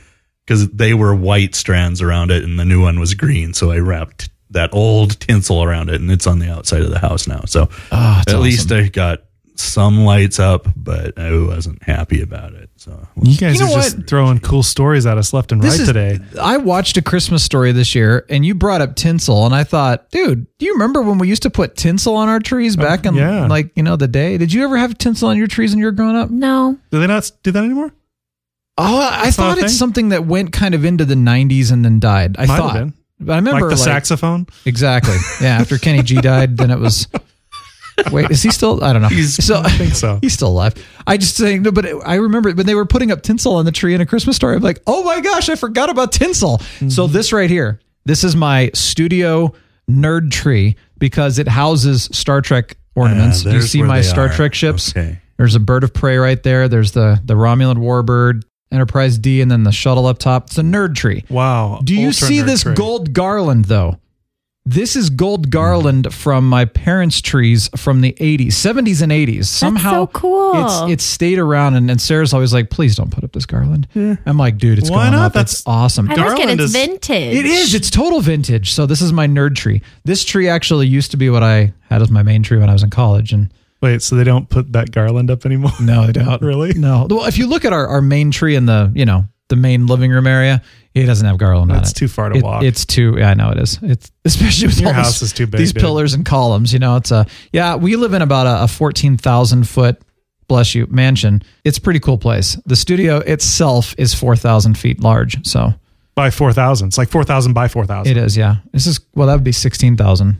S10: because they were white strands around it and the new one was green so i wrapped that old tinsel around it and it's on the outside of the house now so
S8: Oh,
S10: at
S8: that's awesome.
S10: least i got some lights up but i wasn't happy about it so
S9: You guys
S8: You know
S9: are just
S8: what?
S9: throwing cool stories at us
S10: uh,
S9: left and
S8: This
S9: right
S8: is-
S9: today.
S8: I watched a Christmas story this year, and you brought up tinsel, and I thought, dude, do you remember when we used to put tinsel on our trees back in
S9: yeah.
S8: like you know the day? Did you ever have tinsel on your trees when you were growing up?
S11: no.
S9: Do they not do that anymore?
S8: Oh, I
S9: That's not a
S8: thought it's
S9: thing?
S8: something that went kind of into the '90s and then died. I
S9: Might have
S8: thought
S9: been.
S8: But I remember
S9: Like the saxophone?
S8: Exactly. Yeah. After Kenny G died, then it was. Wait, is he still? I don't know. He's, so, I think
S9: so.
S8: He's still alive. I just think no, but it- I remember when they were putting up tinsel on the tree in a Christmas story. I'm like, oh my gosh, I forgot about tinsel. So
S10: Mm-hmm.
S8: this right here, this is my studio nerd tree because it houses Star Trek ornaments.
S10: Ah,
S8: you
S10: there's
S8: see
S10: where
S8: my
S10: they
S8: Star
S10: are.
S8: Trek ships.
S10: Okay.
S8: There's a bird of prey right there. There's the the Romulan warbird, Enterprise D, and then the shuttle up top. It's a nerd tree.
S9: Wow.
S8: Do you
S9: Ultra
S8: see
S9: nerd
S8: this
S9: tree.
S8: gold garland though? This is gold garland from my parents' trees from the 80s, 70s and 80s. Somehow
S11: so cool.
S8: It's it's stayed around and, and Sarah's always like, "Please don't put up this garland." I'm like, "Dude, it's
S9: Why
S8: going
S9: not?
S8: up. That's it's awesome."
S11: I like it. It's vintage.
S8: It is. It's total vintage. So this is my nerd tree. This tree actually used to be what I had as my main tree when I was in college and
S9: Wait, so they don't put that garland up anymore?
S8: No, they don't.
S9: really?
S8: No. Well, if you look at our, our main tree in the, you know, the main living room area, it doesn't have garland on it.
S9: That's too far to
S8: It-
S9: walk.
S8: It's too, yeah, I know it is. It's especially with
S9: Your
S8: all
S9: house
S8: these,
S9: is too big,
S8: these
S9: dude.
S8: pillars and columns, you know, it's a, yeah, we live in about a, a 14,000 foot, bless you, mansion. It's a pretty cool place. The studio itself is 4,000 feet large. So
S9: by 4,000. It's like 4,000 by 4,000.
S8: it is. Yeah. This is, well, that would be 16,000.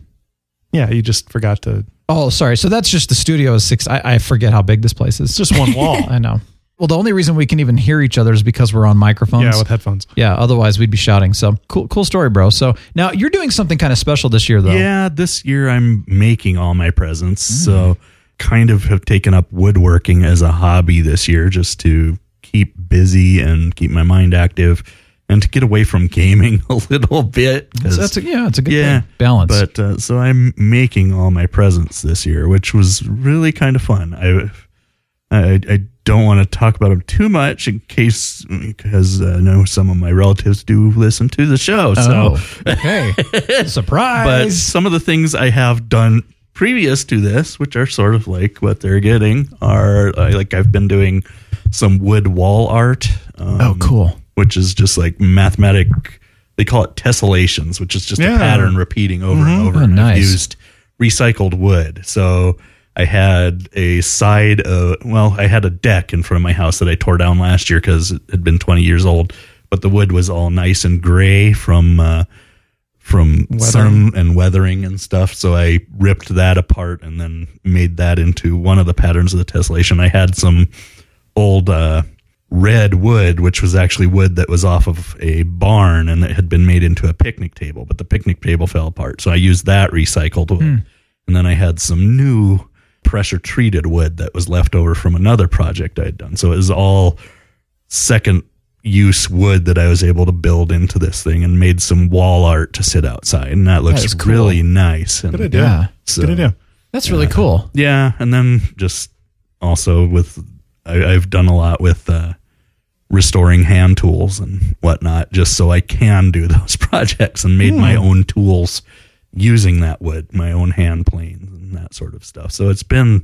S9: Yeah, you just forgot to.
S8: Oh, sorry. So that's just the studio is six. I, I forget how big this place is. It's
S9: just one wall.
S8: I know. Well, the only reason we can even hear each other is because we're on microphones.
S9: Yeah, with headphones.
S8: Yeah, otherwise we'd be shouting. So cool, cool story, bro. So now you're doing something kind of special this year, though.
S10: Yeah, this year I'm making all my presents. So
S8: Mm.
S10: kind of have taken up woodworking as a hobby this year just to keep busy and keep my mind active and to get away from gaming a little bit. 'cause-
S8: So that's a, yeah, it's a good
S10: yeah,
S8: thing. balance.
S10: But uh, so I'm making all my presents this year, which was really kind of fun. I I, I don't want to talk about them too much in case because uh, I know some of my relatives do listen to the show.
S8: oh,
S10: so
S8: okay,
S10: but
S8: surprise.
S10: some of the things I have done previous to this, which are sort of like what they're getting, are uh, like I've been doing some wood wall art. Um,
S8: oh, cool.
S10: Which is just like mathematic. They call it tessellations, which is just
S9: Yeah.
S10: a pattern repeating over and over.
S8: Oh,
S10: and I've
S8: nice.
S10: used recycled wood. So I had a side of, well, I had a deck in front of my house that I tore down last year because it had been 20 years old, but the wood was all nice and gray from, uh, from sun and weathering and stuff. So I ripped that apart and then made that into one of the patterns of the tessellation. I had some old uh, red wood, which was actually wood that was off of a barn and that had been made into a picnic table, but the picnic table fell apart. So I used that recycled
S9: Hmm.
S10: wood. And then I had some new pressure treated wood that was left over from another project I had done. So it was all second use wood that I was able to build into this thing and made some wall art to sit outside. And that looks
S8: is cool.
S10: really nice. And
S9: Good idea.
S8: Yeah.
S10: so-
S9: Good idea.
S8: That's really cool.
S10: yeah, and then just also with I, I've done a lot with uh, restoring hand tools and whatnot, just so I can do those projects and made my own tools using that wood, my own hand planes and that sort of stuff. So it's been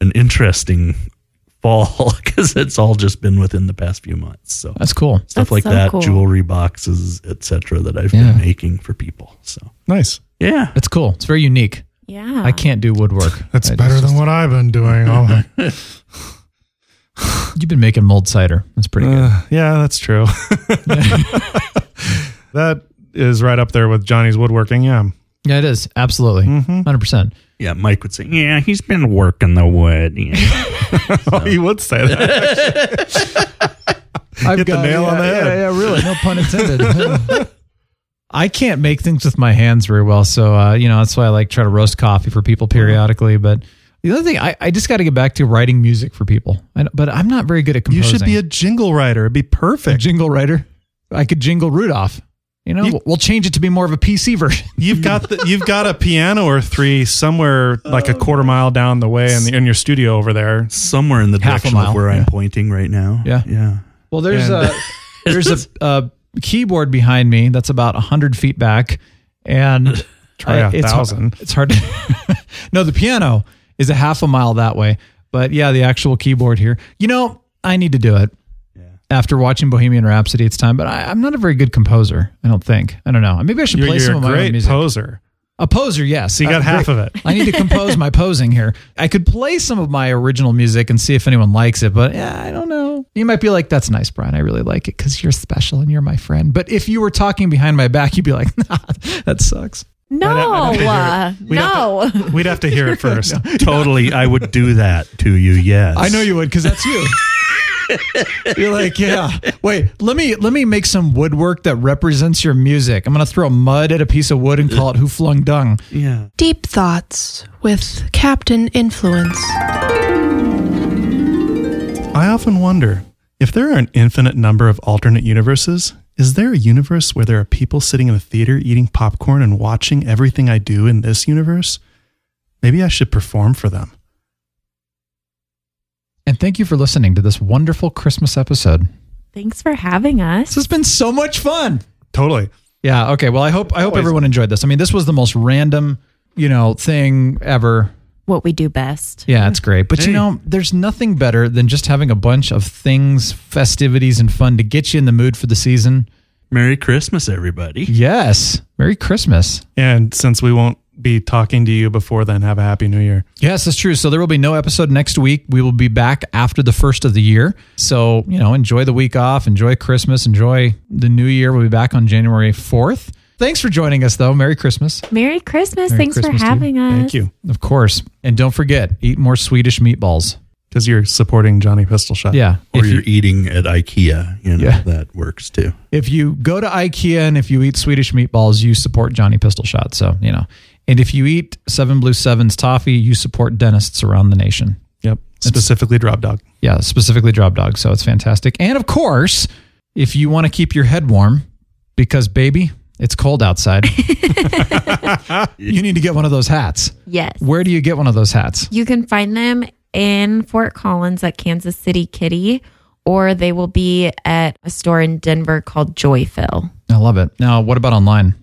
S10: an interesting fall because it's all just been within the past few months. So
S8: That's cool.
S10: stuff
S11: That's
S10: like
S11: so
S10: that,
S11: cool.
S10: jewelry boxes, etc., that I've
S8: Yeah.
S10: been making for people. So
S9: Nice.
S10: yeah,
S8: It's cool. It's very unique.
S11: Yeah.
S8: I can't do woodwork.
S9: That's
S8: I
S9: better
S8: just-
S9: than what I've been doing. Oh my.
S8: you've been making mold cider. That's pretty good.
S9: Uh, yeah, that's true. that is right up there with Johnny's woodworking. Yeah. Mm-hmm.
S8: Yeah, it is absolutely
S10: mm-hmm.
S8: 100 percent.
S10: yeah. Mike would say, "Yeah, he's been working the wood." Yeah.
S9: Oh, he would say that.
S8: I've
S9: Hit the nail
S8: yeah,
S9: on the head.
S8: Yeah, yeah, really. No pun intended. I can't make things with my hands very well, so uh, you know that's why I like try to roast coffee for people
S9: Uh-huh.
S8: periodically. But the other thing, I, I just got to get back to writing music for people. I, don't- but I'm not very good at
S9: you
S8: composing.
S9: should be a jingle writer. It'd be
S8: A
S9: perfect.
S8: jingle writer. I could jingle Rudolph. You know,
S9: You-
S8: we'll change it to be more of a PC version.
S9: You've got the, you've got a piano or three somewhere like a quarter mile down the way in, the, in your studio over there.
S10: somewhere in the
S8: Half a
S10: direction
S8: mile,
S10: of where
S8: yeah.
S10: I'm pointing right now.
S8: Yeah.
S10: Yeah.
S8: Well, there's
S9: And-
S8: a there's a, a keyboard behind me that's about hundred feet back, and
S9: Try a
S8: I- it's hard-
S9: thousand.
S8: It's hard. To, no, the piano is a half a mile that way, but yeah, the actual keyboard here. You know, I need to do it. After watching Bohemian Rhapsody, it's time. But I, I'm not a very good composer. I don't think. I don't know. Maybe I should
S9: You're,
S8: play
S9: you're
S8: some
S9: a
S8: of my own
S9: great
S8: music.
S9: poser.
S8: A poser, yes.
S9: So you got half
S8: great.
S9: of it.
S8: I need to compose my posing here. I could play some of my original music and see if anyone likes it, but yeah, I don't know. You might be like, that's nice, Brian. I really like it because you're special and you're my friend. But if you were talking behind my back, you'd be like, nah, that sucks.
S11: No, uh, no.
S9: We'd have to hear it first.
S10: Totally, I would do that to you. Yes,
S8: I know you would because that's you. You're like, yeah. Wait, let me let me make some woodwork that represents your music. I'm gonna throw mud at a piece of wood and call it "Who Flung Dung."
S10: Yeah.
S7: Deep Thoughts with Captain Influence.
S9: I often wonder if there are an infinite number of alternate universes, is there a universe where there are people sitting in a theater eating popcorn and watching everything I do in this universe? Maybe I should perform for them.
S8: And thank you for listening to this wonderful Christmas episode.
S11: Thanks for having us.
S8: This has been so much fun.
S9: Totally.
S8: Yeah. Okay. Well, I hope I hope
S9: Always.
S8: everyone enjoyed this. I mean, this was the most random, you know, thing ever.
S11: What we do best.
S8: Yeah, it's great. But
S9: Hey.
S8: you know, there's nothing better than just having a bunch of things, festivities, and fun to get you in the mood for the season.
S10: Merry Christmas, everybody.
S8: Yes. Merry Christmas.
S9: And since we won't be talking to you before then, have a happy new year.
S8: Yes, that's true. So there will be no episode next week. We will be back after the first of the year. So, you know, enjoy the week off, enjoy Christmas, enjoy the new year. We'll be back on January 4th. Thanks for joining us, though. Merry Christmas.
S11: Merry Christmas.
S8: Merry
S11: Thanks
S8: Christmas
S11: for
S8: to you.
S11: having us.
S9: Thank you.
S8: Of course. And don't forget, eat more Swedish meatballs.
S9: Because you're supporting Johnny Pistol Shot.
S8: Yeah.
S10: Or
S8: If
S10: you're
S8: you,
S10: eating at IKEA. You know
S8: Yeah.
S10: that works too.
S8: if you go to IKEA and if you eat Swedish meatballs, you support Johnny Pistol Shot. So, you know. And if you eat Seven Blue Sevens toffee, you support dentists around the nation.
S9: Yep. Specifically Drop Dog.
S8: Yeah, specifically drop dog. So it's fantastic. And of course, if you want to keep your head warm, because baby, it's cold outside, you need to get one of those hats.
S11: Yes.
S8: Where do you get one of those hats?
S11: You can find them in Fort Collins at Kansas City Kitty, or they will be at a store in Denver called Joyfill.
S8: I love it. Now, what about online?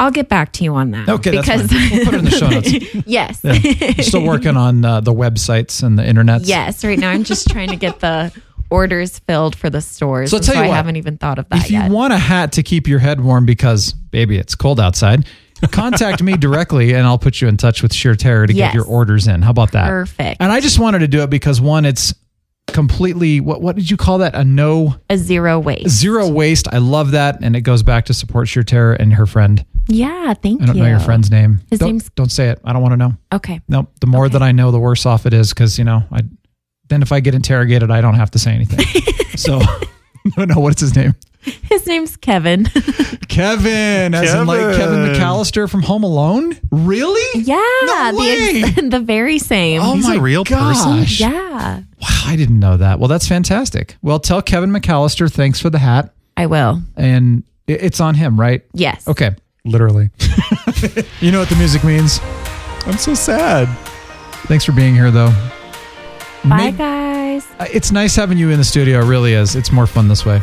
S11: I'll get back to you on that.
S8: Okay, that's fine. We'll put it in the show notes.
S11: yes.
S8: Yeah. I'm still working on uh, the websites and the internet.
S11: Yes. Right now, I'm just trying to get the orders filled for the stores.
S8: So
S11: and
S8: tell you
S11: I
S8: what,
S11: haven't even thought of that
S8: If you
S11: yet.
S8: want a hat to keep your head warm because, baby, it's cold outside, contact me directly and I'll put you in touch with Sheer Terror to
S11: Yes.
S8: get your orders in. How about that?
S11: Perfect.
S8: And uh, I just wanted to do it because one, it's completely what what did you call that? A no
S11: a zero waste.
S8: zero waste. I love that, and it goes back to support Sheer Terror and her friend.
S11: Yeah. Thank you.
S8: I don't know your friend's name.
S11: His
S8: don't,
S11: name's-
S8: don't say it. I don't want to know.
S11: Okay.
S8: Nope. The more that I know, the worse off it is because you know I. Then if I get interrogated, I don't have to say anything. so. No, no, what's his name?
S11: His name's Kevin.
S8: Kevin, as in like Kevin
S9: Kevin.
S8: McAllister from Home Alone? Really?
S11: yeah.
S8: No way.
S11: the, ex- the very same.
S8: Oh
S9: He's a
S8: my
S9: real person?
S8: gosh.
S11: Yeah.
S8: Wow, I didn't know that. Well, that's fantastic. Well, tell Kevin McAllister thanks for the hat.
S11: I will.
S8: and it- it's on him, right?
S11: Yes.
S8: Okay.
S9: Literally.
S8: You know what the music means.
S9: I'm so sad.
S8: Thanks for being here, though.
S11: Bye,
S8: Maybe-
S11: guys.
S8: Uh, It's nice having you in the studio. It really is. It's more fun this way.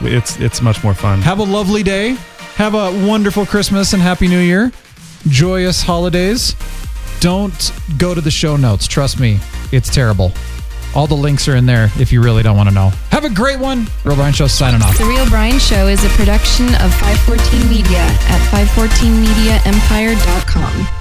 S9: It's it's much more fun.
S8: Have a lovely day. Have a wonderful Christmas and Happy New Year. Joyous holidays. Don't go to the show notes. Trust me, it's terrible. All the links are in there if you really don't want to know. Have a great one. Real Brian Show signing off.
S7: The Real Brian Show is a production of 514 Media at 514mediaempire.com.